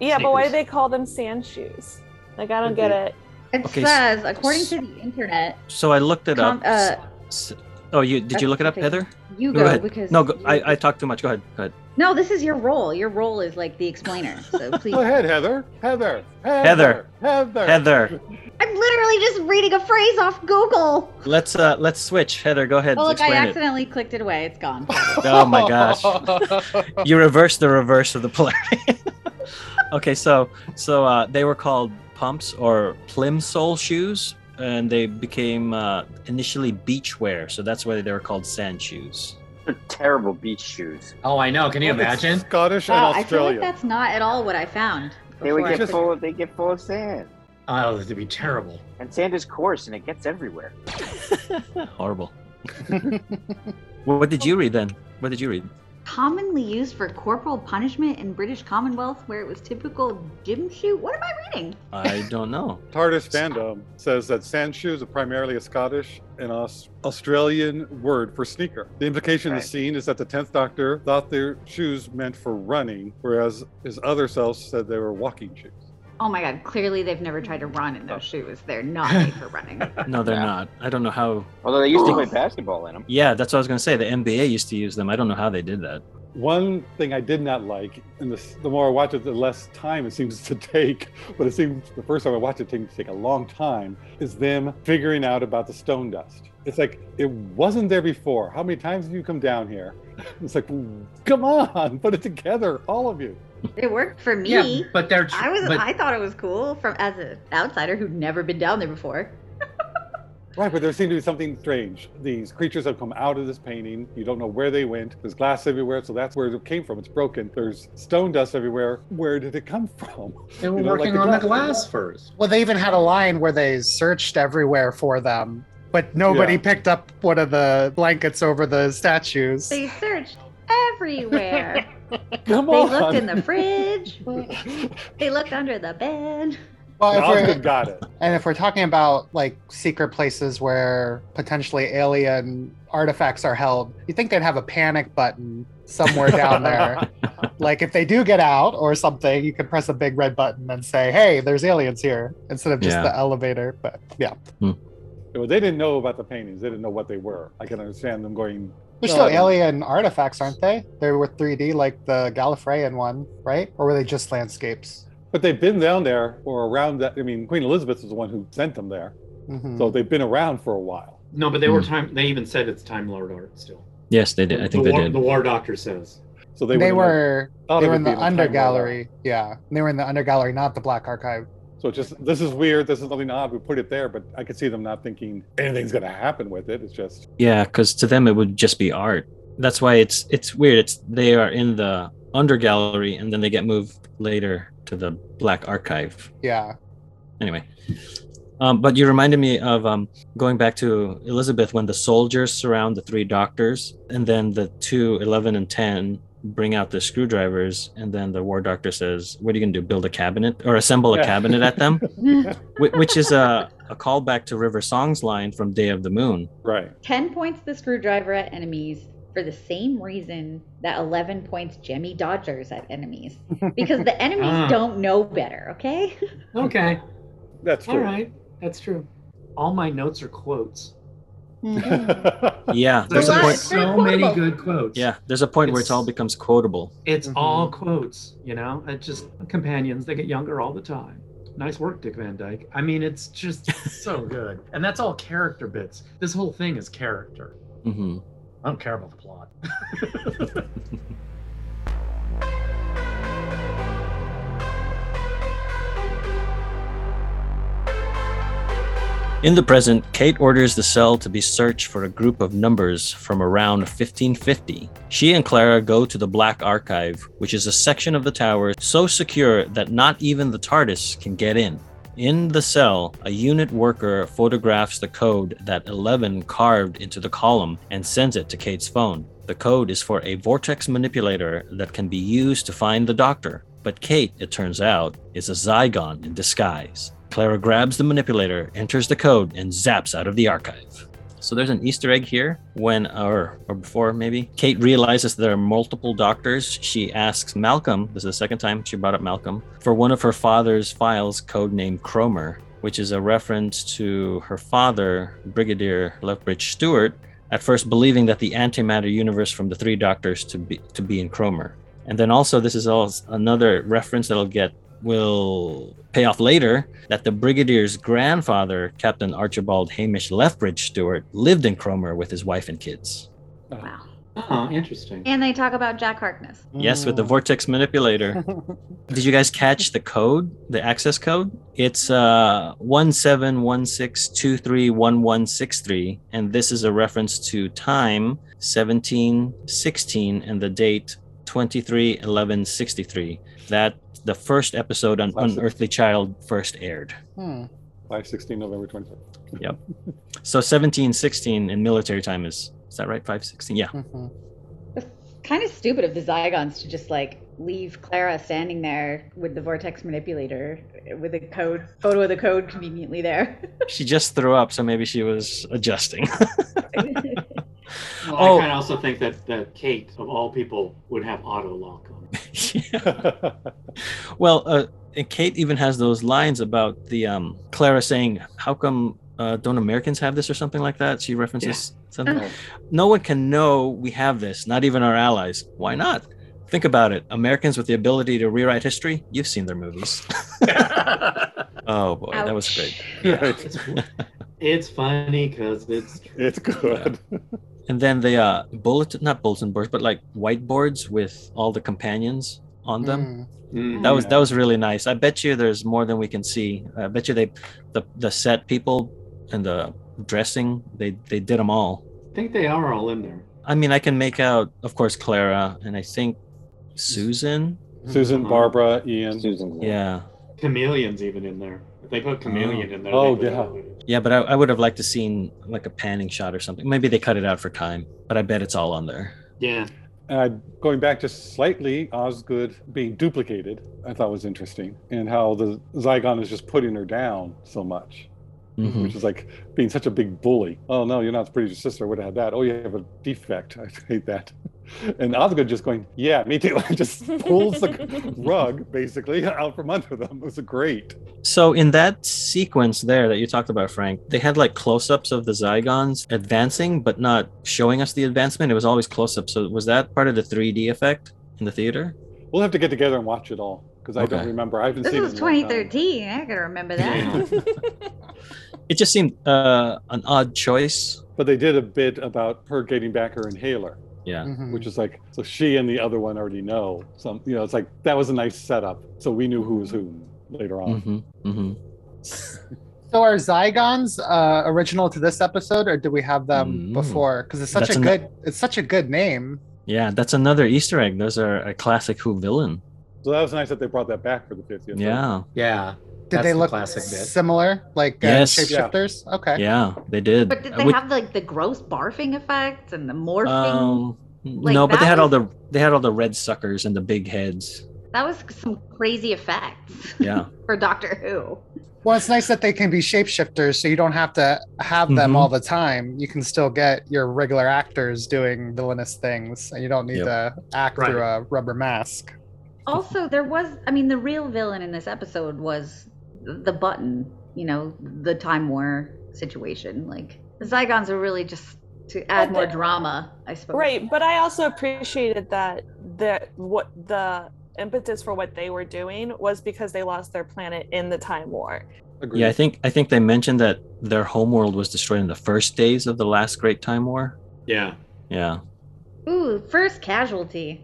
[SPEAKER 4] Yeah, but why do
[SPEAKER 3] Sneakers.
[SPEAKER 4] they call them sand shoes? Like I don't
[SPEAKER 3] Could
[SPEAKER 4] get
[SPEAKER 3] be.
[SPEAKER 4] it.
[SPEAKER 6] *laughs* it
[SPEAKER 1] Okay,
[SPEAKER 6] says, according
[SPEAKER 1] s-
[SPEAKER 6] to the internet,
[SPEAKER 1] So I looked it up.
[SPEAKER 6] com- uh,
[SPEAKER 1] S- oh, you did you look it up,
[SPEAKER 6] okay.
[SPEAKER 1] Heather?
[SPEAKER 6] you
[SPEAKER 1] Go
[SPEAKER 6] go,
[SPEAKER 1] ahead.
[SPEAKER 6] because
[SPEAKER 1] No, go,
[SPEAKER 6] you-
[SPEAKER 1] I, I talked too much. Go ahead. Go ahead.
[SPEAKER 6] no, this is your role. Your role is like the explainer.
[SPEAKER 3] *laughs*
[SPEAKER 6] So please,
[SPEAKER 5] Go ahead, Heather. Heather.
[SPEAKER 1] Heather.
[SPEAKER 5] Heather.
[SPEAKER 1] Heather,
[SPEAKER 6] I'm literally just reading a phrase off Google.
[SPEAKER 1] let's uh let's switch. Heather, go ahead.
[SPEAKER 6] Oh look, I
[SPEAKER 1] explain it.
[SPEAKER 6] accidentally clicked it away. It's gone.
[SPEAKER 1] Oh my
[SPEAKER 10] *laughs*
[SPEAKER 1] gosh. you reverse the reverse of the polarity. *laughs* okay, so so uh, they were called pumps or plimsoll shoes, and they became uh, initially beachwear, so that's why they were called sand shoes.
[SPEAKER 2] They're *laughs* terrible beach shoes.
[SPEAKER 10] Oh, I know. Can you
[SPEAKER 5] It's
[SPEAKER 10] imagine?
[SPEAKER 5] Scottish and
[SPEAKER 6] Wow, I feel like
[SPEAKER 5] Australian.
[SPEAKER 6] that's not at all what I found.
[SPEAKER 2] They would
[SPEAKER 6] before I
[SPEAKER 2] get
[SPEAKER 6] clicked-
[SPEAKER 2] full. They get full of sand,
[SPEAKER 10] Oh, that'd be terrible.
[SPEAKER 2] and sand is coarse, and it gets everywhere.
[SPEAKER 1] Horrible. Well, what did you read then? What did you read?
[SPEAKER 6] commonly used for corporal punishment in British Commonwealth, where it was typical gym shoe. What am I reading?
[SPEAKER 1] I don't know.
[SPEAKER 5] TARDIS fandom says that sand shoes are primarily a Scottish and Aus- Australian word for sneaker. The implication in
[SPEAKER 2] Right.
[SPEAKER 5] the scene is that the 10th Doctor thought their shoes meant for running, whereas his other self said they were walking shoes.
[SPEAKER 6] Oh my god, clearly they've never tried to run in those shoes. They're not made for
[SPEAKER 10] *laughs*
[SPEAKER 6] running.
[SPEAKER 1] No, they're
[SPEAKER 2] Yeah.
[SPEAKER 1] not. I don't know how.
[SPEAKER 2] Although they used to play basketball in them.
[SPEAKER 1] Yeah, that's what I was gonna say. The NBA used to use them. I don't know how they did that.
[SPEAKER 5] One thing I did not like, and the, the more I watch it, the less time it seems *laughs* to take, but it seems the first time I watched it seemed to take a long time, is them figuring out about the stone dust. It's like, it wasn't there before. How many times have you come down here? *laughs* It's like, come on, put it together, all of you.
[SPEAKER 6] it worked for me.
[SPEAKER 10] Yeah, but they're.
[SPEAKER 6] I was
[SPEAKER 10] but-
[SPEAKER 6] I thought it was cool from as an outsider who'd never been down there before.
[SPEAKER 5] Right, but there seemed to be something strange. These creatures have come out of this painting. You don't know where they went. There's glass everywhere, so that's where it came from. It's broken. There's stone dust everywhere. Where did it come from? *laughs*
[SPEAKER 10] They were
[SPEAKER 5] You know, like
[SPEAKER 10] working
[SPEAKER 5] the
[SPEAKER 10] on the
[SPEAKER 5] glass.
[SPEAKER 10] glass first.
[SPEAKER 8] Well, they even had a line where they searched everywhere for them, but nobody
[SPEAKER 5] Yeah.
[SPEAKER 8] picked up one of the blankets over the statues.
[SPEAKER 10] *laughs*
[SPEAKER 6] They searched everywhere.
[SPEAKER 5] Come
[SPEAKER 6] They
[SPEAKER 5] on.
[SPEAKER 6] looked in the fridge.
[SPEAKER 5] *laughs*
[SPEAKER 6] They looked under the
[SPEAKER 10] *laughs*
[SPEAKER 6] bed.
[SPEAKER 8] Well, if
[SPEAKER 5] Malcolm
[SPEAKER 8] we're,
[SPEAKER 5] got it.
[SPEAKER 8] and if we're talking about like secret places where potentially alien artifacts are held, you think they'd have a panic button somewhere
[SPEAKER 5] *laughs*
[SPEAKER 8] down there? like if they do get out or something, you could press a big red button and say, "Hey, there's aliens here," instead of just
[SPEAKER 1] Yeah.
[SPEAKER 8] the elevator. But yeah,
[SPEAKER 5] Well, they didn't know about the paintings. They didn't know what they were. I can understand them going. "Oh,
[SPEAKER 8] they're
[SPEAKER 5] No,
[SPEAKER 8] still
[SPEAKER 5] I don't-
[SPEAKER 8] alien artifacts, aren't they? They were 3D, like the Gallifreyan one, right? Or were they just landscapes?
[SPEAKER 5] But they've been down there or around that. I mean, Queen Elizabeth was the one who sent them there,
[SPEAKER 8] Mhm.
[SPEAKER 5] so they've been around for a while.
[SPEAKER 3] No, but they
[SPEAKER 10] Hmm.
[SPEAKER 3] were time. They even said it's Time Lord art still.
[SPEAKER 1] Yes, they did. I think
[SPEAKER 3] the
[SPEAKER 1] they
[SPEAKER 3] war, The
[SPEAKER 1] did.
[SPEAKER 3] War Doctor says.
[SPEAKER 5] So they,
[SPEAKER 8] they,
[SPEAKER 5] wouldn't have
[SPEAKER 8] were
[SPEAKER 5] thought
[SPEAKER 8] they
[SPEAKER 5] it
[SPEAKER 8] were
[SPEAKER 5] would
[SPEAKER 8] in
[SPEAKER 5] be
[SPEAKER 8] the
[SPEAKER 5] Time
[SPEAKER 8] under
[SPEAKER 5] Lord
[SPEAKER 8] gallery.
[SPEAKER 5] art.
[SPEAKER 8] Yeah, they were in the under gallery, not the black archive.
[SPEAKER 5] So just this is weird. This is something odd. We put it there, but I could see them not thinking anything's going to happen with it. It's just
[SPEAKER 1] Yeah, because to them it would just be art. That's why it's it's weird. It's they are in the under gallery and then they get moved later to the black archive.
[SPEAKER 8] Yeah.
[SPEAKER 1] anyway um, but you reminded me of um, going back to elizabeth when the soldiers surround the three doctors and then the two 11 and 10 bring out the screwdrivers and then the war doctor says what are you going to do build a cabinet or assemble a
[SPEAKER 5] Yeah.
[SPEAKER 1] cabinet at them Whi- which is a, a callback to river song's line from day of the moon
[SPEAKER 5] right.
[SPEAKER 6] 10 points the screwdriver at enemies for the same reason that 11 points Jemmy Dodgers at *laughs* enemies. Because the enemies
[SPEAKER 3] Ah.
[SPEAKER 6] don't know better, okay?
[SPEAKER 3] Okay.
[SPEAKER 5] That's true.
[SPEAKER 3] All right. That's true. All my notes are quotes.
[SPEAKER 5] *laughs*
[SPEAKER 1] yeah there's
[SPEAKER 6] The
[SPEAKER 1] a point
[SPEAKER 6] last- very
[SPEAKER 3] so many
[SPEAKER 6] quotable.
[SPEAKER 3] good quotes.
[SPEAKER 1] yeah there's a point where
[SPEAKER 3] It's-
[SPEAKER 1] it all becomes quotable
[SPEAKER 3] It's
[SPEAKER 10] Mm-hmm.
[SPEAKER 8] Mhm.
[SPEAKER 3] all quotes, you know? It's just companions. They get younger all the time. Nice work, Dick Van Dyke. I mean, it's
[SPEAKER 1] *laughs*
[SPEAKER 3] just so good. And that's all character bits. This whole thing is character.
[SPEAKER 1] hmm
[SPEAKER 3] I don't care about the plot.
[SPEAKER 1] In the present, Kate orders the cell to be searched for a group of numbers from around 1550. She and Clara go to the Black Archive, which is a section of the tower so secure that not even the TARDIS can get in. In the cell, a unit worker photographs the code that Eleven carved into the column and sends it to Kate's phone. The code is for a vortex manipulator that can be used to find the doctor. But Kate, it turns out, is a Zygon in disguise. Clara grabs the manipulator, enters the code, and zaps out of the archive. So there's an Easter egg here when, or, or before maybe, Kate realizes there are multiple doctors. She asks Malcolm, this is the second time she brought up Malcolm, for one of her father's files codenamed Cromer, which is a reference to her father, Brigadier Lethbridge Stewart, at first believing that the antimatter universe from the three doctors to be, to be in Cromer. And then also, this is all another reference that'll get will pay off later that the Brigadier's grandfather, Captain Archibald Hamish Lethbridge Stewart, lived in Cromer with his wife and kids.
[SPEAKER 6] Wow.
[SPEAKER 3] Oh, interesting.
[SPEAKER 6] And they talk about Jack Harkness.
[SPEAKER 1] Yes, with the vortex manipulator. Did you guys catch the code, the access code? It's uh one seven one six two three one one six three, and this is a reference to time seventeen sixteen and the date twenty three eleven sixty three. That the first episode on
[SPEAKER 5] Classic.
[SPEAKER 1] Unearthly Child first aired.
[SPEAKER 8] Hmm.
[SPEAKER 5] Five sixteen November twenty fifth.
[SPEAKER 1] So seventeen sixteen in military time is is that right? Five sixteen. Yeah.
[SPEAKER 8] Mhm.
[SPEAKER 6] Kind of stupid of the Zygons to just like leave Clara standing there with the vortex manipulator with a code photo of the code conveniently there.
[SPEAKER 1] She just threw up, so maybe she was adjusting. *laughs*
[SPEAKER 3] Well,
[SPEAKER 1] Oh.
[SPEAKER 3] I kind of also think that, that Kate, of all people, would have auto lock on.
[SPEAKER 1] well, uh, and Kate even has those lines about the um, Clara saying, "How come uh, don't Americans have this?" or something like that. She references something.
[SPEAKER 5] Right.
[SPEAKER 1] No one can know we have this, not even our allies. Why not? Think about it. Americans with the ability to rewrite history. You've seen their movies. *laughs* oh boy, that was great.
[SPEAKER 3] it's, it's funny because it's true.
[SPEAKER 5] It's good.
[SPEAKER 1] And then the uh, bullet, not bulletin boards, but like whiteboards with all the companions on them.
[SPEAKER 8] Hmm.
[SPEAKER 1] That was that was really nice. I bet you there's more than we can see. I bet you they, the the set people and the dressing they they did them all.
[SPEAKER 3] I think they are all in there.
[SPEAKER 1] I mean, I can make out, of course, Clara and I think Susan.
[SPEAKER 5] Susan,
[SPEAKER 1] Uh-huh.
[SPEAKER 5] Barbara, Ian.
[SPEAKER 2] Susan's
[SPEAKER 1] Yeah,
[SPEAKER 3] Chameleon's even in there. If they put chameleon in there.
[SPEAKER 5] Oh,
[SPEAKER 3] they would-
[SPEAKER 5] yeah.
[SPEAKER 1] yeah, but I, I would have liked to seen like a panning shot or something. Maybe they cut it out for time, but I bet it's all on there.
[SPEAKER 3] Yeah.
[SPEAKER 5] Uh, going back just slightly, Osgood being duplicated, I thought was interesting, and how the Zygon is just putting her down so much,
[SPEAKER 1] Mhm.
[SPEAKER 5] which is like being such a big bully. Oh no, you're not as pretty as your sister. I would have had that. Oh, you have a defect. *laughs* I hate that. And Osgood just going, yeah, me too. *laughs* just pulls the rug basically out from under them. It was great.
[SPEAKER 1] So in that sequence there that you talked about, Frank, they had like close-ups of the Zygons advancing, but not showing us the advancement. It was always close-ups. So was that part of the 3D effect in the theater?
[SPEAKER 5] We'll have to get together and watch it all because I don't
[SPEAKER 1] Okay.
[SPEAKER 5] remember. I haven't
[SPEAKER 6] This
[SPEAKER 5] seen
[SPEAKER 6] was
[SPEAKER 5] it. in a long time.
[SPEAKER 6] 2013. I gotta remember
[SPEAKER 4] *laughs*
[SPEAKER 6] that.
[SPEAKER 1] It just seemed uh, an odd choice.
[SPEAKER 5] But they did a bit about her getting back her inhaler.
[SPEAKER 1] Yeah.
[SPEAKER 8] Mhm.
[SPEAKER 5] which is like so she and the other one already know some you know it's like that was a nice setup so we knew who was who later on
[SPEAKER 1] hmm hmm
[SPEAKER 8] *laughs* So are Zygons uh, original to this episode, or did we have them
[SPEAKER 1] Mm.
[SPEAKER 8] before? Because it's such
[SPEAKER 1] That's
[SPEAKER 8] a
[SPEAKER 1] an-
[SPEAKER 8] good, it's such a good name.
[SPEAKER 1] Yeah, that's another Easter egg. Those are a classic Who villain.
[SPEAKER 5] so that was nice that they brought that back for the 50th
[SPEAKER 1] Yeah.
[SPEAKER 10] Yeah.
[SPEAKER 8] Did
[SPEAKER 10] That's
[SPEAKER 8] they
[SPEAKER 10] the
[SPEAKER 8] look
[SPEAKER 10] classic bit.
[SPEAKER 8] similar, like uh,
[SPEAKER 1] Yes.
[SPEAKER 8] shapeshifters? Okay.
[SPEAKER 1] Yeah, they did.
[SPEAKER 6] but did
[SPEAKER 1] Uh,
[SPEAKER 6] they
[SPEAKER 1] which-
[SPEAKER 6] have like the gross barfing effects and the morphing?
[SPEAKER 1] um,
[SPEAKER 6] Like,
[SPEAKER 1] no, but they
[SPEAKER 6] that
[SPEAKER 1] had all
[SPEAKER 6] was-
[SPEAKER 1] the they had all the red suckers and the big heads.
[SPEAKER 6] that was some crazy effects.
[SPEAKER 1] Yeah.
[SPEAKER 6] *laughs* for Doctor Who.
[SPEAKER 8] Well, it's nice that they can be shapeshifters, so you don't have to have them
[SPEAKER 1] Mhm.
[SPEAKER 8] all the time. You can still get your regular actors doing villainous things, and you don't need
[SPEAKER 1] Yep.
[SPEAKER 8] to act
[SPEAKER 10] Right.
[SPEAKER 8] through a rubber mask.
[SPEAKER 6] Also, there was, I mean, the real villain in this episode was the button, you know, the Time War situation. Like, the Zygons are really just to add more drama, I suppose.
[SPEAKER 4] Right, but I also appreciated that that what the impetus for what they were doing was because they lost their planet in the time war.
[SPEAKER 5] Agreed.
[SPEAKER 1] Yeah, I think I think they mentioned that their homeworld was destroyed in the first days of the last Great Time War.
[SPEAKER 3] Yeah.
[SPEAKER 1] Yeah,
[SPEAKER 6] Ooh, first casualty.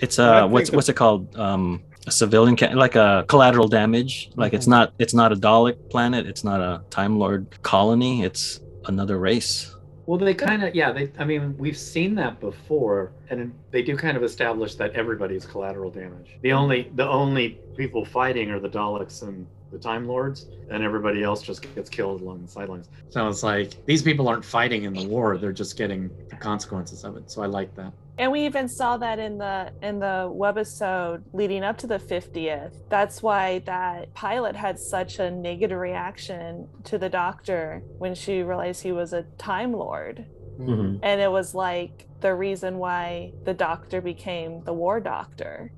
[SPEAKER 1] it's
[SPEAKER 5] I
[SPEAKER 1] uh,
[SPEAKER 5] think
[SPEAKER 1] what's
[SPEAKER 5] the-
[SPEAKER 1] what's it called? Um, a civilian ca- like a collateral damage. Like
[SPEAKER 5] Mm-hmm.
[SPEAKER 1] it's not it's not a Dalek planet. It's not a Time Lord colony. It's another race.
[SPEAKER 3] Well, they kind of, yeah, they, I mean, we've seen that before, and they do kind of establish that everybody's collateral damage. The only, the only people fighting are the Daleks and the Time Lords, and everybody else just gets killed along the sidelines.
[SPEAKER 10] So it's like these people aren't fighting in the war; they're just getting the consequences of it. So I like that.
[SPEAKER 4] And we even saw that in the in the webisode leading up to the 50th. That's why that pilot had such a negative reaction to the doctor when she realized he was a time lord.
[SPEAKER 1] Mm-hmm.
[SPEAKER 4] And it was like the reason why the doctor became the war doctor.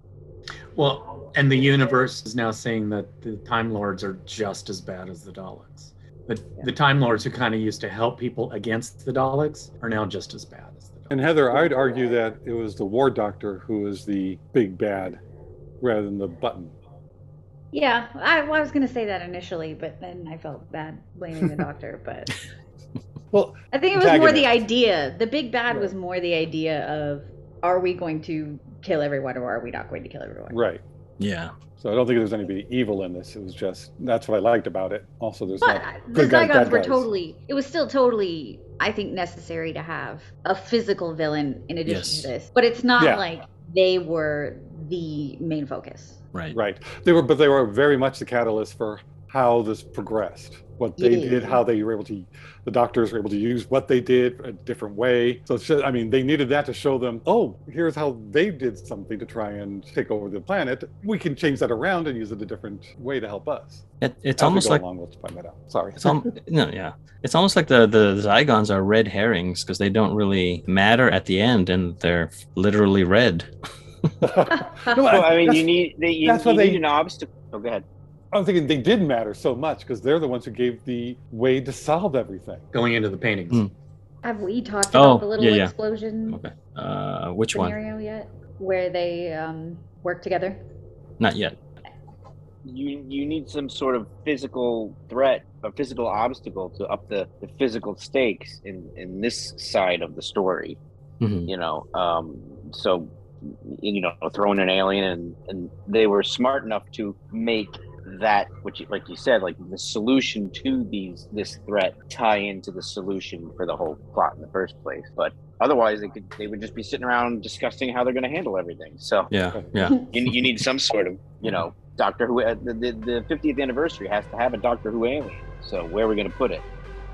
[SPEAKER 10] Well, and the universe is now saying that the Time Lords are just as bad as the Daleks. The, the Time Lords who kind of used to help people against the Daleks are now just as bad as the Daleks.
[SPEAKER 5] and heather i'd argue that it was the war doctor who was the big bad rather than the button
[SPEAKER 6] Yeah, I, well, I was going to say that initially, but then I felt bad
[SPEAKER 5] *laughs*
[SPEAKER 6] blaming the doctor. But
[SPEAKER 5] well
[SPEAKER 6] I think it was more
[SPEAKER 5] Antagonist.
[SPEAKER 6] the idea. The big bad was
[SPEAKER 5] Right.
[SPEAKER 6] more the idea of are we going to kill everyone or are we not going to kill everyone?
[SPEAKER 5] right
[SPEAKER 1] Yeah,
[SPEAKER 5] so i don't think there's anybody evil in this it was just that's what i liked about it also there's
[SPEAKER 6] But
[SPEAKER 5] not
[SPEAKER 6] the
[SPEAKER 5] good guys,
[SPEAKER 6] Zygons
[SPEAKER 5] bad
[SPEAKER 6] were
[SPEAKER 5] guys.
[SPEAKER 6] totally. It was still totally. I think necessary to have a physical villain in addition
[SPEAKER 1] Yes.
[SPEAKER 6] to this, but it's not
[SPEAKER 5] Yeah.
[SPEAKER 6] like they were the main focus.
[SPEAKER 1] right.
[SPEAKER 5] right they were but they were very much the catalyst for how this progressed what they
[SPEAKER 6] Yeah.
[SPEAKER 5] did how they were able to the doctors were able to use what they did a different way so it's just, i mean they needed that to show them oh here's how they did something to try and take over the planet we can change that around and use it a different way to help us
[SPEAKER 1] It, it's
[SPEAKER 5] As we
[SPEAKER 1] almost
[SPEAKER 5] go
[SPEAKER 1] like
[SPEAKER 5] along, we'll find that out sorry
[SPEAKER 1] It's al- no, yeah. It's almost like the the Zygons are red herrings because they don't really matter at the end, and they're literally red.
[SPEAKER 5] No,
[SPEAKER 2] Well, I mean,
[SPEAKER 5] that's-
[SPEAKER 2] you need they, you,
[SPEAKER 5] that's what
[SPEAKER 2] you
[SPEAKER 5] they-
[SPEAKER 2] need an obstacle. Oh, go ahead.
[SPEAKER 5] *laughs* i'm thinking they did matter so much because they're the ones who gave the way to solve everything
[SPEAKER 10] Going into the paintings.
[SPEAKER 1] Mm.
[SPEAKER 6] *laughs* Have we talked
[SPEAKER 1] Oh,
[SPEAKER 6] about the little
[SPEAKER 1] yeah, yeah.
[SPEAKER 6] explosion
[SPEAKER 1] Okay. Uh, which one?
[SPEAKER 6] scenario yet, where they um, work together?
[SPEAKER 1] Not yet.
[SPEAKER 2] You you need some sort of physical threat, a physical obstacle to up the, the physical stakes in in this side of the story.
[SPEAKER 1] Mhm.
[SPEAKER 2] you know um so you know throwing an alien and and they were smart enough to make that which like you said like the solution to these this threat tie into the solution for the whole plot in the first place but otherwise they could they would just be sitting around discussing how they're going to handle everything so
[SPEAKER 1] Yeah, yeah.
[SPEAKER 2] you, you need some sort of you know doctor who uh, the, the, the 50th anniversary has to have a doctor who alien so where are we going to put it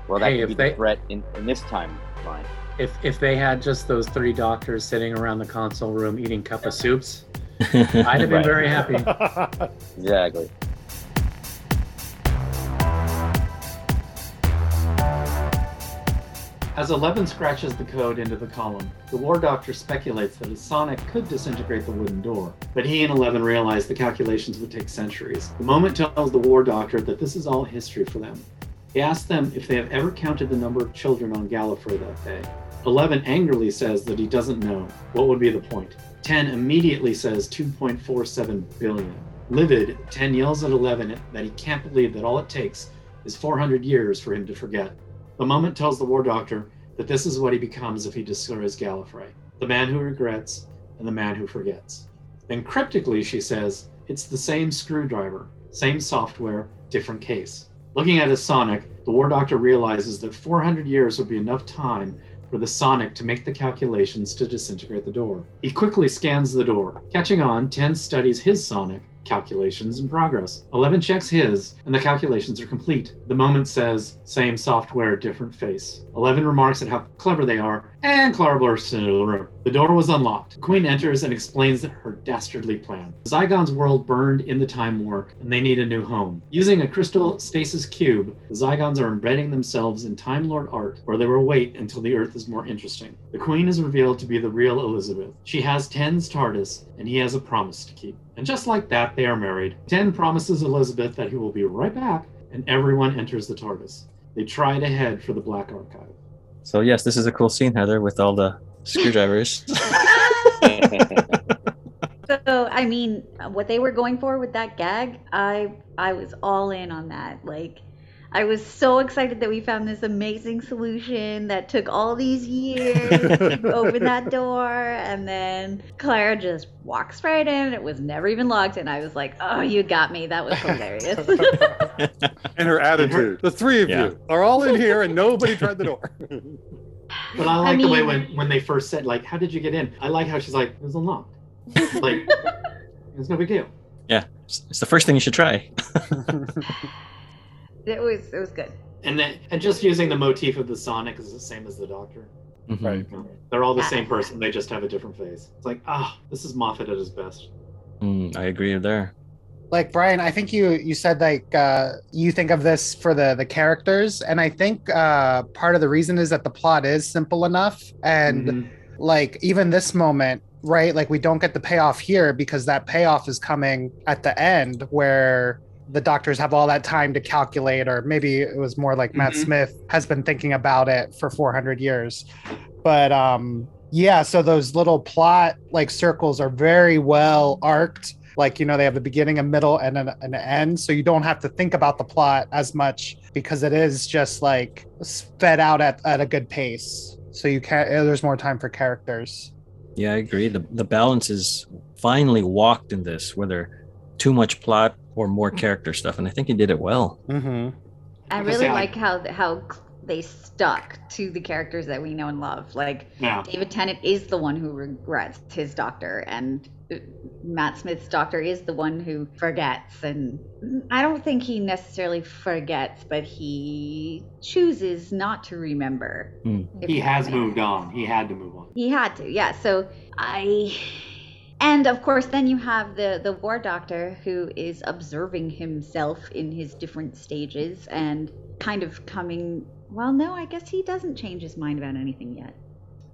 [SPEAKER 2] well that
[SPEAKER 10] Hey,
[SPEAKER 2] could
[SPEAKER 10] if
[SPEAKER 2] be
[SPEAKER 10] they-
[SPEAKER 2] the threat in, in this timeline
[SPEAKER 10] if if they had just those three doctors sitting around the console room eating cup of soups, I'd have been
[SPEAKER 1] Right.
[SPEAKER 10] very
[SPEAKER 5] *laughs*
[SPEAKER 10] happy.
[SPEAKER 6] *laughs*
[SPEAKER 2] Exactly. *laughs*
[SPEAKER 3] As Eleven scratches the code into the column, the War Doctor speculates that a sonic could disintegrate the wooden door, but he and Eleven realize the calculations would take centuries. The moment tells the War Doctor that this is all history for them. He asks them if they have ever counted the number of children on Gallifrey that day. Eleven angrily says that he doesn't know. What would be the point? Ten immediately says 2.47 billion. Livid, Ten yells at Eleven that he can't believe that all it takes is 400 years for him to forget. The moment tells the War Doctor that this is what he becomes if he destroys Gallifrey the man who regrets and the man who forgets. Then cryptically, she says, It's the same screwdriver, same software, different case. Looking at his sonic, the War Doctor realizes that 400 years would be enough time for the sonic to make the calculations to disintegrate the door. He quickly scans the door. Catching on, 10 studies his sonic. Calculations in progress. 11 checks his, and the calculations are complete. The moment says, same software, different face. 11 remarks at how clever they are, and Clara bursts into the room. The door was unlocked. The Queen enters and explains that her dastardly plan. Zygon's world burned in the time warp, and they need a new home. Using a crystal stasis cube, the Zygons are embedding themselves in Time Lord art, where they will wait until the Earth is more interesting. The Queen is revealed to be the real Elizabeth. She has Ten's TARDIS, and he has a promise to keep. And just like that, they are married. Ten promises Elizabeth that he will be right back, and everyone enters the TARDIS. They try to head for the Black Archive.
[SPEAKER 1] *laughs* So yes, this is a cool scene, Heather, with all the screwdrivers.
[SPEAKER 6] *laughs* Oh, So I mean, what they were going for with that gag, I I was all in on that. Like, I was so excited that we found this amazing solution that took all
[SPEAKER 1] *laughs*
[SPEAKER 6] these years to open that door, and then Claire just walks right in. It was never even locked, and I was like, "Oh, you got me! That was
[SPEAKER 1] *laughs*
[SPEAKER 6] hilarious."
[SPEAKER 5] and her attitude. The three of
[SPEAKER 1] Yeah.
[SPEAKER 5] you are all in here and nobody tried the door.
[SPEAKER 3] But I like the way
[SPEAKER 6] mean-
[SPEAKER 3] when, when they first said, like, how did you get in? I like how she's like, it was unlocked.
[SPEAKER 6] *laughs*
[SPEAKER 3] Like, it's no big deal.
[SPEAKER 1] it's it's the first thing you should try.
[SPEAKER 6] it was it was good.
[SPEAKER 3] And then, and just using the motif of the Sonic is the same as the Doctor.
[SPEAKER 5] Right.
[SPEAKER 3] You know, They're all the same person. They just have a different face. It's like, ah, this is Moffat at his best.
[SPEAKER 1] Mm, I agree there.
[SPEAKER 8] like Brian, I think you you said like uh, you think of this for the the characters, and I think uh, part of the reason is that the plot is simple enough, and
[SPEAKER 3] Mhm.
[SPEAKER 8] like even this moment, right? Like we don't get the payoff here because that payoff is coming at the end where the doctors have all that time to calculate, or maybe it was more like Matt
[SPEAKER 3] Mhm.
[SPEAKER 8] Smith has been thinking about it for 400 years, but um yeah, so those little plot like circles are very well arced like you know they have a beginning a middle and an, an end so you don't have to think about the plot as much because it is just like sped out at, at a good pace so you can not there's more time for characters
[SPEAKER 1] Yeah, I agree. The the balance is finally walked in this, whether too much plot or more character stuff, and I think he did it well.
[SPEAKER 8] mm-hmm.
[SPEAKER 6] I
[SPEAKER 3] Because
[SPEAKER 6] really
[SPEAKER 3] they-
[SPEAKER 6] like how how they stuck to the characters that we know and love, like.
[SPEAKER 3] Yeah.
[SPEAKER 6] David Tennant is the one who regrets his doctor, and uh, Matt Smith's doctor is the one who forgets. And I don't think he necessarily forgets, but he chooses not to remember.
[SPEAKER 1] Hmm.
[SPEAKER 6] If
[SPEAKER 3] He
[SPEAKER 6] that
[SPEAKER 3] has
[SPEAKER 6] makes
[SPEAKER 3] moved
[SPEAKER 6] sense.
[SPEAKER 3] on. He had to move on.
[SPEAKER 6] He had to, yeah. So I. And of course, then you have the, the war doctor who is observing himself in his different stages and kind of coming. Well, no, I guess he doesn't change his mind about anything yet.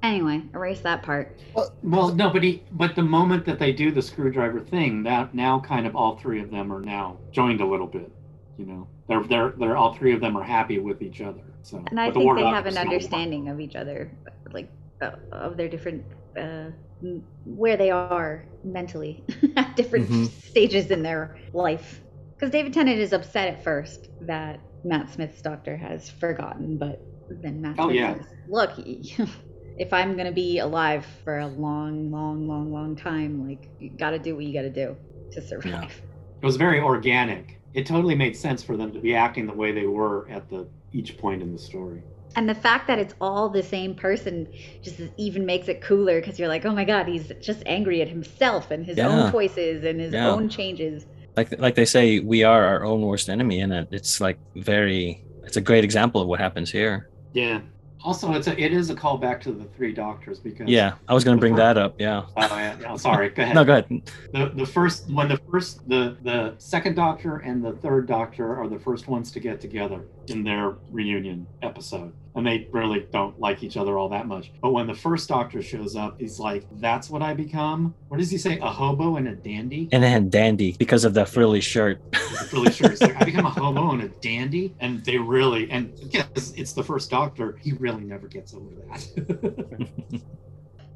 [SPEAKER 6] Anyway, erase that part.
[SPEAKER 3] Well, no, but he, but the moment that they do the screwdriver thing, that now kind of all three of them are now joined a little bit. You know, they're they're they're all three of them are happy with each other. So,
[SPEAKER 6] And I
[SPEAKER 3] but the
[SPEAKER 6] think
[SPEAKER 3] War
[SPEAKER 6] they have
[SPEAKER 3] Doctor's
[SPEAKER 6] an
[SPEAKER 3] not one.
[SPEAKER 6] understanding of each other, like uh, of their different, uh, m- where they are mentally *laughs* at different
[SPEAKER 3] Mm-hmm.
[SPEAKER 1] Mhm.
[SPEAKER 6] stages in their life. Because David Tennant is upset at first that Matt Smith's doctor has forgotten, but then Matt
[SPEAKER 3] Oh,
[SPEAKER 6] Smith
[SPEAKER 3] yeah.
[SPEAKER 6] says, "Look, *laughs* if I'm gonna be alive for a long, long, long, long time, like you gotta do what you gotta do to survive."
[SPEAKER 3] It was very organic. It totally made sense for them to be acting the way they were at the each point in the story.
[SPEAKER 6] And the fact that it's all the same person just even makes it cooler because you're like, oh my god, he's just angry at himself and his
[SPEAKER 1] Yeah.
[SPEAKER 6] own choices and his
[SPEAKER 1] Yeah.
[SPEAKER 6] own changes.
[SPEAKER 1] Like like they say, we are our own worst enemy, and it- it's like very. It's a great example of what happens here.
[SPEAKER 3] Yeah. Also, it's a, it is a callback to the three doctors because
[SPEAKER 1] Yeah, I was going to bring that up. Yeah.
[SPEAKER 3] Oh, yeah. Oh, sorry. Go ahead.
[SPEAKER 1] No, go ahead.
[SPEAKER 3] The the first when the first the the second doctor and the third doctor are the first ones to get together in their reunion episode. And they really don't like each other all that much. But when the first doctor shows up, he's like, That's what I become. What does he say? A hobo and a dandy?
[SPEAKER 1] And then Dandy because of the frilly shirt.
[SPEAKER 3] He's really sure. He's like, I become a hobo and a dandy. And they really and because it's the first doctor, he really never gets over that.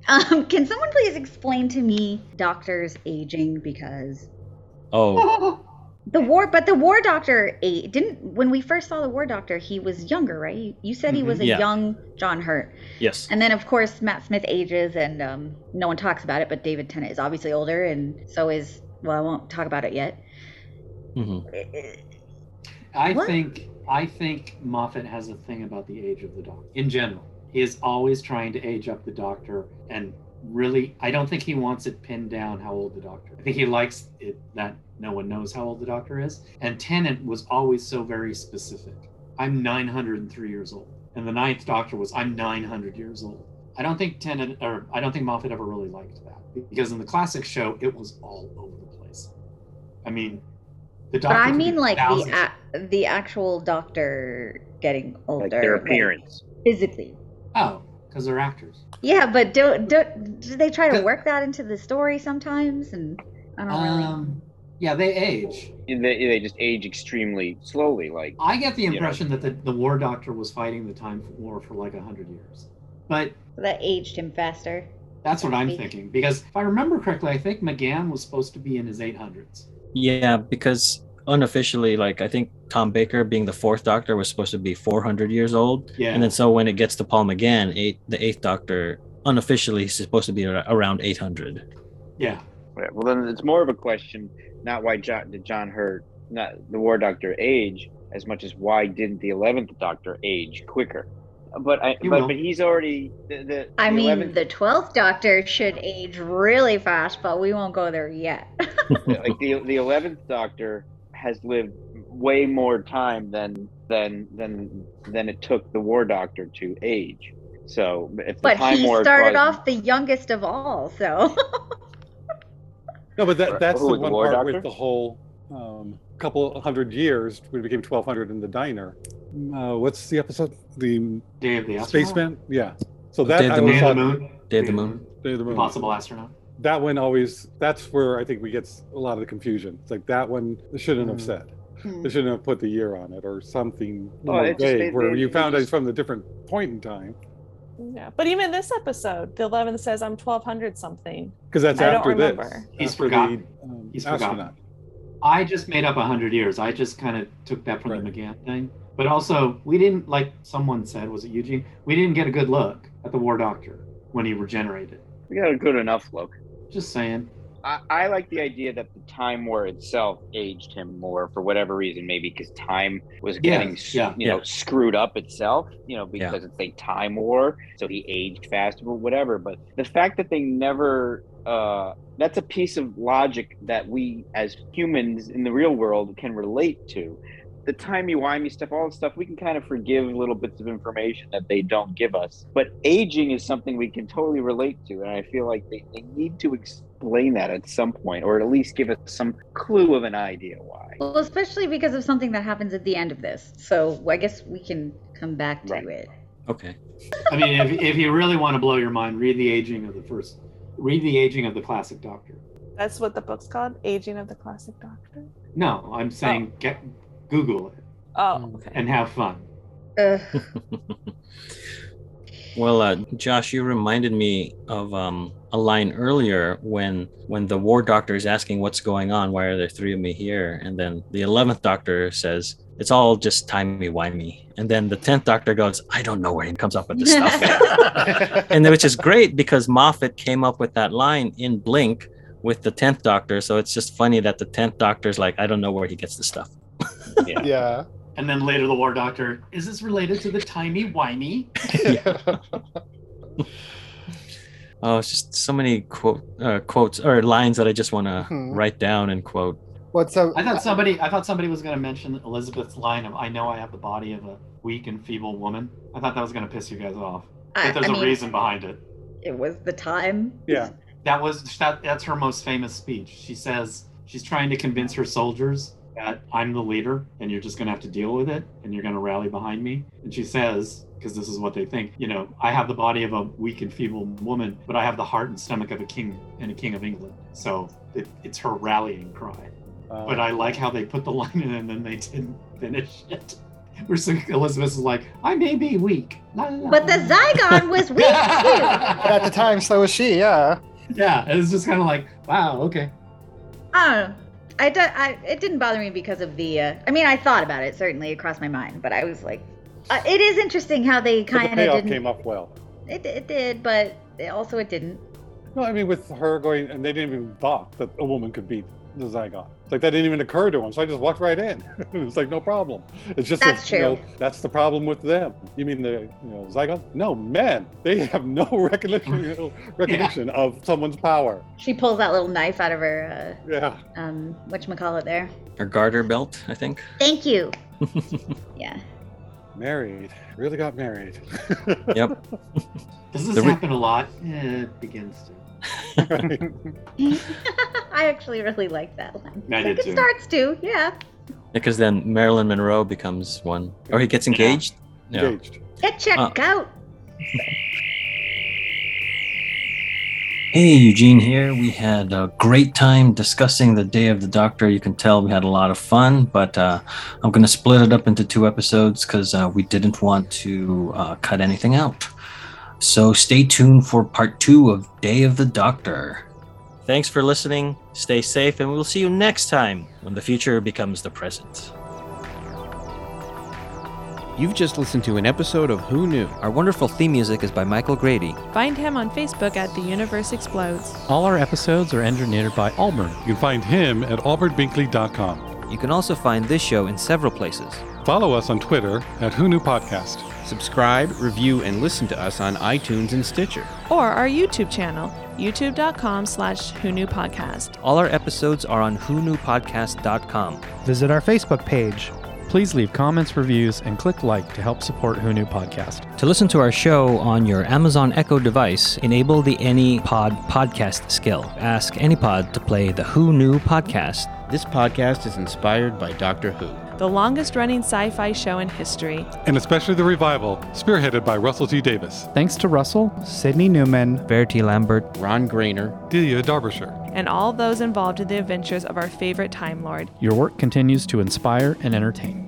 [SPEAKER 6] Um, can someone please explain to me doctors aging because
[SPEAKER 1] *laughs* Oh,
[SPEAKER 6] the war but the war doctor ate didn't when we first saw the war doctor he was younger right you, you said he was
[SPEAKER 1] Mhm,
[SPEAKER 6] a
[SPEAKER 1] yeah.
[SPEAKER 6] young john hurt
[SPEAKER 1] yes.
[SPEAKER 6] and then of course matt smith ages and um, no one talks about it but david tennant is obviously older and so is well i won't talk about it yet
[SPEAKER 1] hmm
[SPEAKER 3] I
[SPEAKER 6] What?
[SPEAKER 3] think I think Moffat has a thing about the age of the doctor in general. He is always trying to age up the doctor and really I don't think he wants it pinned down how old the doctor. I think he likes it that no one knows how old the doctor is. And Tennant was always so very specific. I'm 903 years old. And the ninth doctor was I'm 900 years old. I don't think Tennant or I don't think Moffat ever really liked that because in the classic show it was all over the place. I mean, the
[SPEAKER 6] but
[SPEAKER 3] doctor
[SPEAKER 6] i
[SPEAKER 3] could be
[SPEAKER 6] mean like the
[SPEAKER 3] thousands-
[SPEAKER 6] a- the actual doctor getting older
[SPEAKER 2] like their
[SPEAKER 6] like,
[SPEAKER 2] appearance.
[SPEAKER 6] physically
[SPEAKER 3] Oh, because they're actors.
[SPEAKER 6] yeah but don't don't do they try to
[SPEAKER 3] Cause-
[SPEAKER 6] work that into the story sometimes and i don't Oh, really
[SPEAKER 3] Um, yeah, they age.
[SPEAKER 2] They, they just age extremely slowly. Like
[SPEAKER 3] I get the
[SPEAKER 2] Yeah.
[SPEAKER 3] impression that the, the war doctor was fighting the time war for like a hundred years, but
[SPEAKER 6] that aged him faster
[SPEAKER 3] that's what I'm
[SPEAKER 6] Maybe.
[SPEAKER 3] thinking because if I remember correctly, I think McGann was supposed to be in his 800s.
[SPEAKER 1] Yeah, because unofficially, like I think Tom Baker being the fourth Doctor was supposed to be 400 years old,
[SPEAKER 3] Yeah,
[SPEAKER 1] and then so when it gets to Paul McGann, eight, the eighth Doctor, unofficially he's supposed to be ar- around 800.
[SPEAKER 3] yeah.
[SPEAKER 2] Right. Well, then it's more of a question, not why John, did John Hurt, not the War Doctor, age as much as why didn't the Eleventh Doctor age quicker? But I,
[SPEAKER 3] He
[SPEAKER 2] but,
[SPEAKER 3] will.
[SPEAKER 2] but he's already the. the
[SPEAKER 6] I
[SPEAKER 2] the
[SPEAKER 6] mean,
[SPEAKER 2] 11th
[SPEAKER 6] the 12th Doctor should age really fast, but we won't go there yet. *laughs*
[SPEAKER 2] like the the eleventh Doctor has lived way more time than than than than it took the War Doctor to age. So if the
[SPEAKER 6] but
[SPEAKER 2] time
[SPEAKER 6] he
[SPEAKER 2] war
[SPEAKER 6] started
[SPEAKER 2] caused-
[SPEAKER 6] off the youngest of all,
[SPEAKER 3] *laughs*
[SPEAKER 6] so.
[SPEAKER 5] No, but that,
[SPEAKER 2] Right.
[SPEAKER 5] that's
[SPEAKER 2] Who,
[SPEAKER 5] the
[SPEAKER 2] the
[SPEAKER 5] one
[SPEAKER 2] war
[SPEAKER 5] part
[SPEAKER 2] doctor?
[SPEAKER 5] with the whole um, couple hundred years. We became twelve hundred in the diner. Uh, what's the episode? The
[SPEAKER 3] Day of the astronaut.
[SPEAKER 5] spaceman. Yeah. So that
[SPEAKER 1] Day of
[SPEAKER 5] I
[SPEAKER 1] the
[SPEAKER 3] Day
[SPEAKER 5] always
[SPEAKER 3] of the moon.
[SPEAKER 5] thought
[SPEAKER 1] Day
[SPEAKER 3] Hmm.
[SPEAKER 1] of the Moon.
[SPEAKER 5] Day of the Moon.
[SPEAKER 3] Possible astronaut.
[SPEAKER 5] That one always. That's where I think we get s- a lot of the confusion. It's like that one they shouldn't have
[SPEAKER 3] Mm.
[SPEAKER 5] said.
[SPEAKER 6] Hmm.
[SPEAKER 5] They shouldn't have put the year on it or something
[SPEAKER 2] Well,
[SPEAKER 5] more
[SPEAKER 2] it just-
[SPEAKER 5] vague,
[SPEAKER 2] they-
[SPEAKER 5] where
[SPEAKER 2] they-
[SPEAKER 5] you
[SPEAKER 2] they
[SPEAKER 5] found out
[SPEAKER 2] just-
[SPEAKER 5] it's from the different point in time.
[SPEAKER 4] Yeah, but even this episode, the 11th says I'm 1200 something.
[SPEAKER 5] Because that's
[SPEAKER 4] I don't
[SPEAKER 5] after this.
[SPEAKER 4] remember.
[SPEAKER 3] He's
[SPEAKER 5] after
[SPEAKER 3] forgotten.
[SPEAKER 5] The, um,
[SPEAKER 3] He's
[SPEAKER 5] astronaut.
[SPEAKER 3] I just made up 100 years. I just kind of took that from the
[SPEAKER 5] Right.
[SPEAKER 3] McGann thing. But also, we didn't, like someone said, was it Eugene? We didn't get a good look at the war doctor when he regenerated.
[SPEAKER 2] we got a good enough look.
[SPEAKER 3] Just saying.
[SPEAKER 2] I, I like the idea that the time war itself aged him more for whatever reason, maybe because time was
[SPEAKER 3] Yeah,
[SPEAKER 2] getting s-
[SPEAKER 3] yeah,
[SPEAKER 2] you know
[SPEAKER 1] yeah.
[SPEAKER 2] screwed up itself, you know,
[SPEAKER 1] Yeah.
[SPEAKER 2] because it's a time war, so he aged faster or whatever. But the fact that they never uh, that's a piece of logic that we as humans in the real world can relate to. The timey wimey stuff, all the stuff, we can kind of forgive little bits of information that they don't give us. But aging is something we can totally relate to. And I feel like they, they need to explain that at some point, or at least give us some clue of an idea why.
[SPEAKER 6] Well, especially because of something that happens at the end of this. So I guess we can come back to
[SPEAKER 2] Right.
[SPEAKER 6] it.
[SPEAKER 1] Okay.
[SPEAKER 3] I mean, if, if you really want to blow your mind, read the aging of the first, read the aging of the classic Doctor.
[SPEAKER 4] That's what the book's called, Aging of the Classic Doctor.
[SPEAKER 3] No, I'm saying get Google it
[SPEAKER 4] Oh,
[SPEAKER 11] Hmm.
[SPEAKER 4] okay.
[SPEAKER 3] and have fun. *laughs*
[SPEAKER 6] Ugh.
[SPEAKER 1] *laughs* well, uh, Josh, you reminded me of um, a line earlier when when the War Doctor is asking what's going on, why are there three of me here, and then the eleventh Doctor says. It's all just timey wimey, and then the tenth Doctor goes, "I don't know where," and comes up with this stuff. and which is great because Moffat came up with that line in Blink with the tenth Doctor. So it's just funny that the tenth Doctor's like, I don't know where he gets this stuff.
[SPEAKER 8] yeah.
[SPEAKER 3] And then later, the War Doctor is this related to the timey wimey?
[SPEAKER 1] Oh, it's just so many quote uh, quotes or lines that I just want to
[SPEAKER 8] Mhm.
[SPEAKER 1] write down and quote.
[SPEAKER 8] What's up?
[SPEAKER 3] I thought somebody I thought somebody was going to mention Elizabeth's line of "I know I have the body of a weak and feeble woman." I thought that was going to piss you guys off,
[SPEAKER 6] I,
[SPEAKER 3] but there's
[SPEAKER 6] I
[SPEAKER 3] a
[SPEAKER 6] mean,
[SPEAKER 3] reason behind it.
[SPEAKER 6] It was the time.
[SPEAKER 5] Yeah.
[SPEAKER 3] That was that, that's her most famous speech. She says she's trying to convince her soldiers that I'm the leader and you're just going to have to deal with it and you're going to rally behind me. And she says because this is what they think, you know, I have the body of a weak and feeble woman, but I have the heart and stomach of a king and a king of England. So it, it's her rallying cry.
[SPEAKER 5] Uh,
[SPEAKER 3] But I like how they put the line in and then they didn't finish it. Where so Elizabeth's like, I may be weak. la, la, la,
[SPEAKER 6] But the
[SPEAKER 3] la, la."
[SPEAKER 6] Zygon was weak too.
[SPEAKER 8] But at the time, so was she. Yeah.
[SPEAKER 3] Yeah, it was just kind of like, wow, okay.
[SPEAKER 6] I don't know. Oh, I, do, I it didn't bother me because of the. Uh, I mean, I thought about it certainly. It crossed my mind, but I was like, uh, it is interesting how they
[SPEAKER 5] but the
[SPEAKER 6] kind of
[SPEAKER 5] payoff
[SPEAKER 6] didn't.
[SPEAKER 5] came up well.
[SPEAKER 6] It, it did, but it, also it didn't.
[SPEAKER 5] No, I mean with her going, and they didn't even thought that a woman could beat the Zygon. Like that didn't even occur to him, so I just walked right in. *laughs* it was like no problem. It's just
[SPEAKER 6] That's
[SPEAKER 5] that, you know,
[SPEAKER 6] true.
[SPEAKER 5] that's the problem with them. You mean the you know Zygon? No, men. They have no *laughs* recognition you *laughs* know, recognition of someone's power.
[SPEAKER 6] She pulls that little knife out of her.
[SPEAKER 5] Yeah.
[SPEAKER 6] Uh, um, what call it there?
[SPEAKER 1] Her garter belt, I think.
[SPEAKER 5] *laughs*
[SPEAKER 6] Thank you. yeah. *laughs*
[SPEAKER 5] Married. Really got married. *laughs*
[SPEAKER 1] Yep.
[SPEAKER 3] Does this
[SPEAKER 1] The re-
[SPEAKER 3] happen a lot? Eh, it begins to.
[SPEAKER 6] I actually really like that line.
[SPEAKER 3] I
[SPEAKER 6] Like
[SPEAKER 3] did
[SPEAKER 6] it
[SPEAKER 3] too.
[SPEAKER 6] starts to, yeah.
[SPEAKER 1] Because then Marilyn Monroe becomes one, or he gets engaged. Yeah.
[SPEAKER 5] Engaged.
[SPEAKER 6] Get checked
[SPEAKER 1] Uh,
[SPEAKER 6] out.
[SPEAKER 1] Hey, Eugene here. We had a great time discussing the Day of the Doctor. You can tell we had a lot of fun, but uh, I'm going to split it up into two episodes because uh, we didn't want to uh, cut anything out. So stay tuned for part two of Day of the Doctor. Thanks for listening. Stay safe, and we'll see you next time when the future becomes the present.
[SPEAKER 12] You've just listened to an episode of Who Knew?
[SPEAKER 9] Our wonderful theme music is by Michael Grady.
[SPEAKER 11] Find him on Facebook at The Universe Explodes.
[SPEAKER 12] All our episodes are engineered by Auburn.
[SPEAKER 5] You can find him at albertbinkley.com.
[SPEAKER 9] You can also find this show in several places.
[SPEAKER 5] Follow us on Twitter at Who Knew Podcast.
[SPEAKER 12] Subscribe, review, and listen to us on iTunes and Stitcher.
[SPEAKER 11] Or our YouTube channel, youtube.com slash Who Knew Podcast.
[SPEAKER 9] All our episodes are on whonewpodcast.com.
[SPEAKER 13] Visit our Facebook page. Please leave comments, reviews, and click like to help support Who Knew Podcast.
[SPEAKER 9] To listen to our show on your Amazon Echo device, enable the AnyPod podcast skill. Ask AnyPod to play the Who Knew podcast.
[SPEAKER 12] This podcast is inspired by Doctor Who.
[SPEAKER 11] The longest running sci fi show in history.
[SPEAKER 5] And especially the revival, spearheaded by Russell T. Davis,
[SPEAKER 13] Thanks to Russell, Sydney Newman,
[SPEAKER 9] Verity Lambert,
[SPEAKER 12] Ron Grainer,
[SPEAKER 5] Delia Derbyshire.
[SPEAKER 11] and all those involved in the adventures of our favorite Time Lord.
[SPEAKER 13] your work continues to inspire and entertain.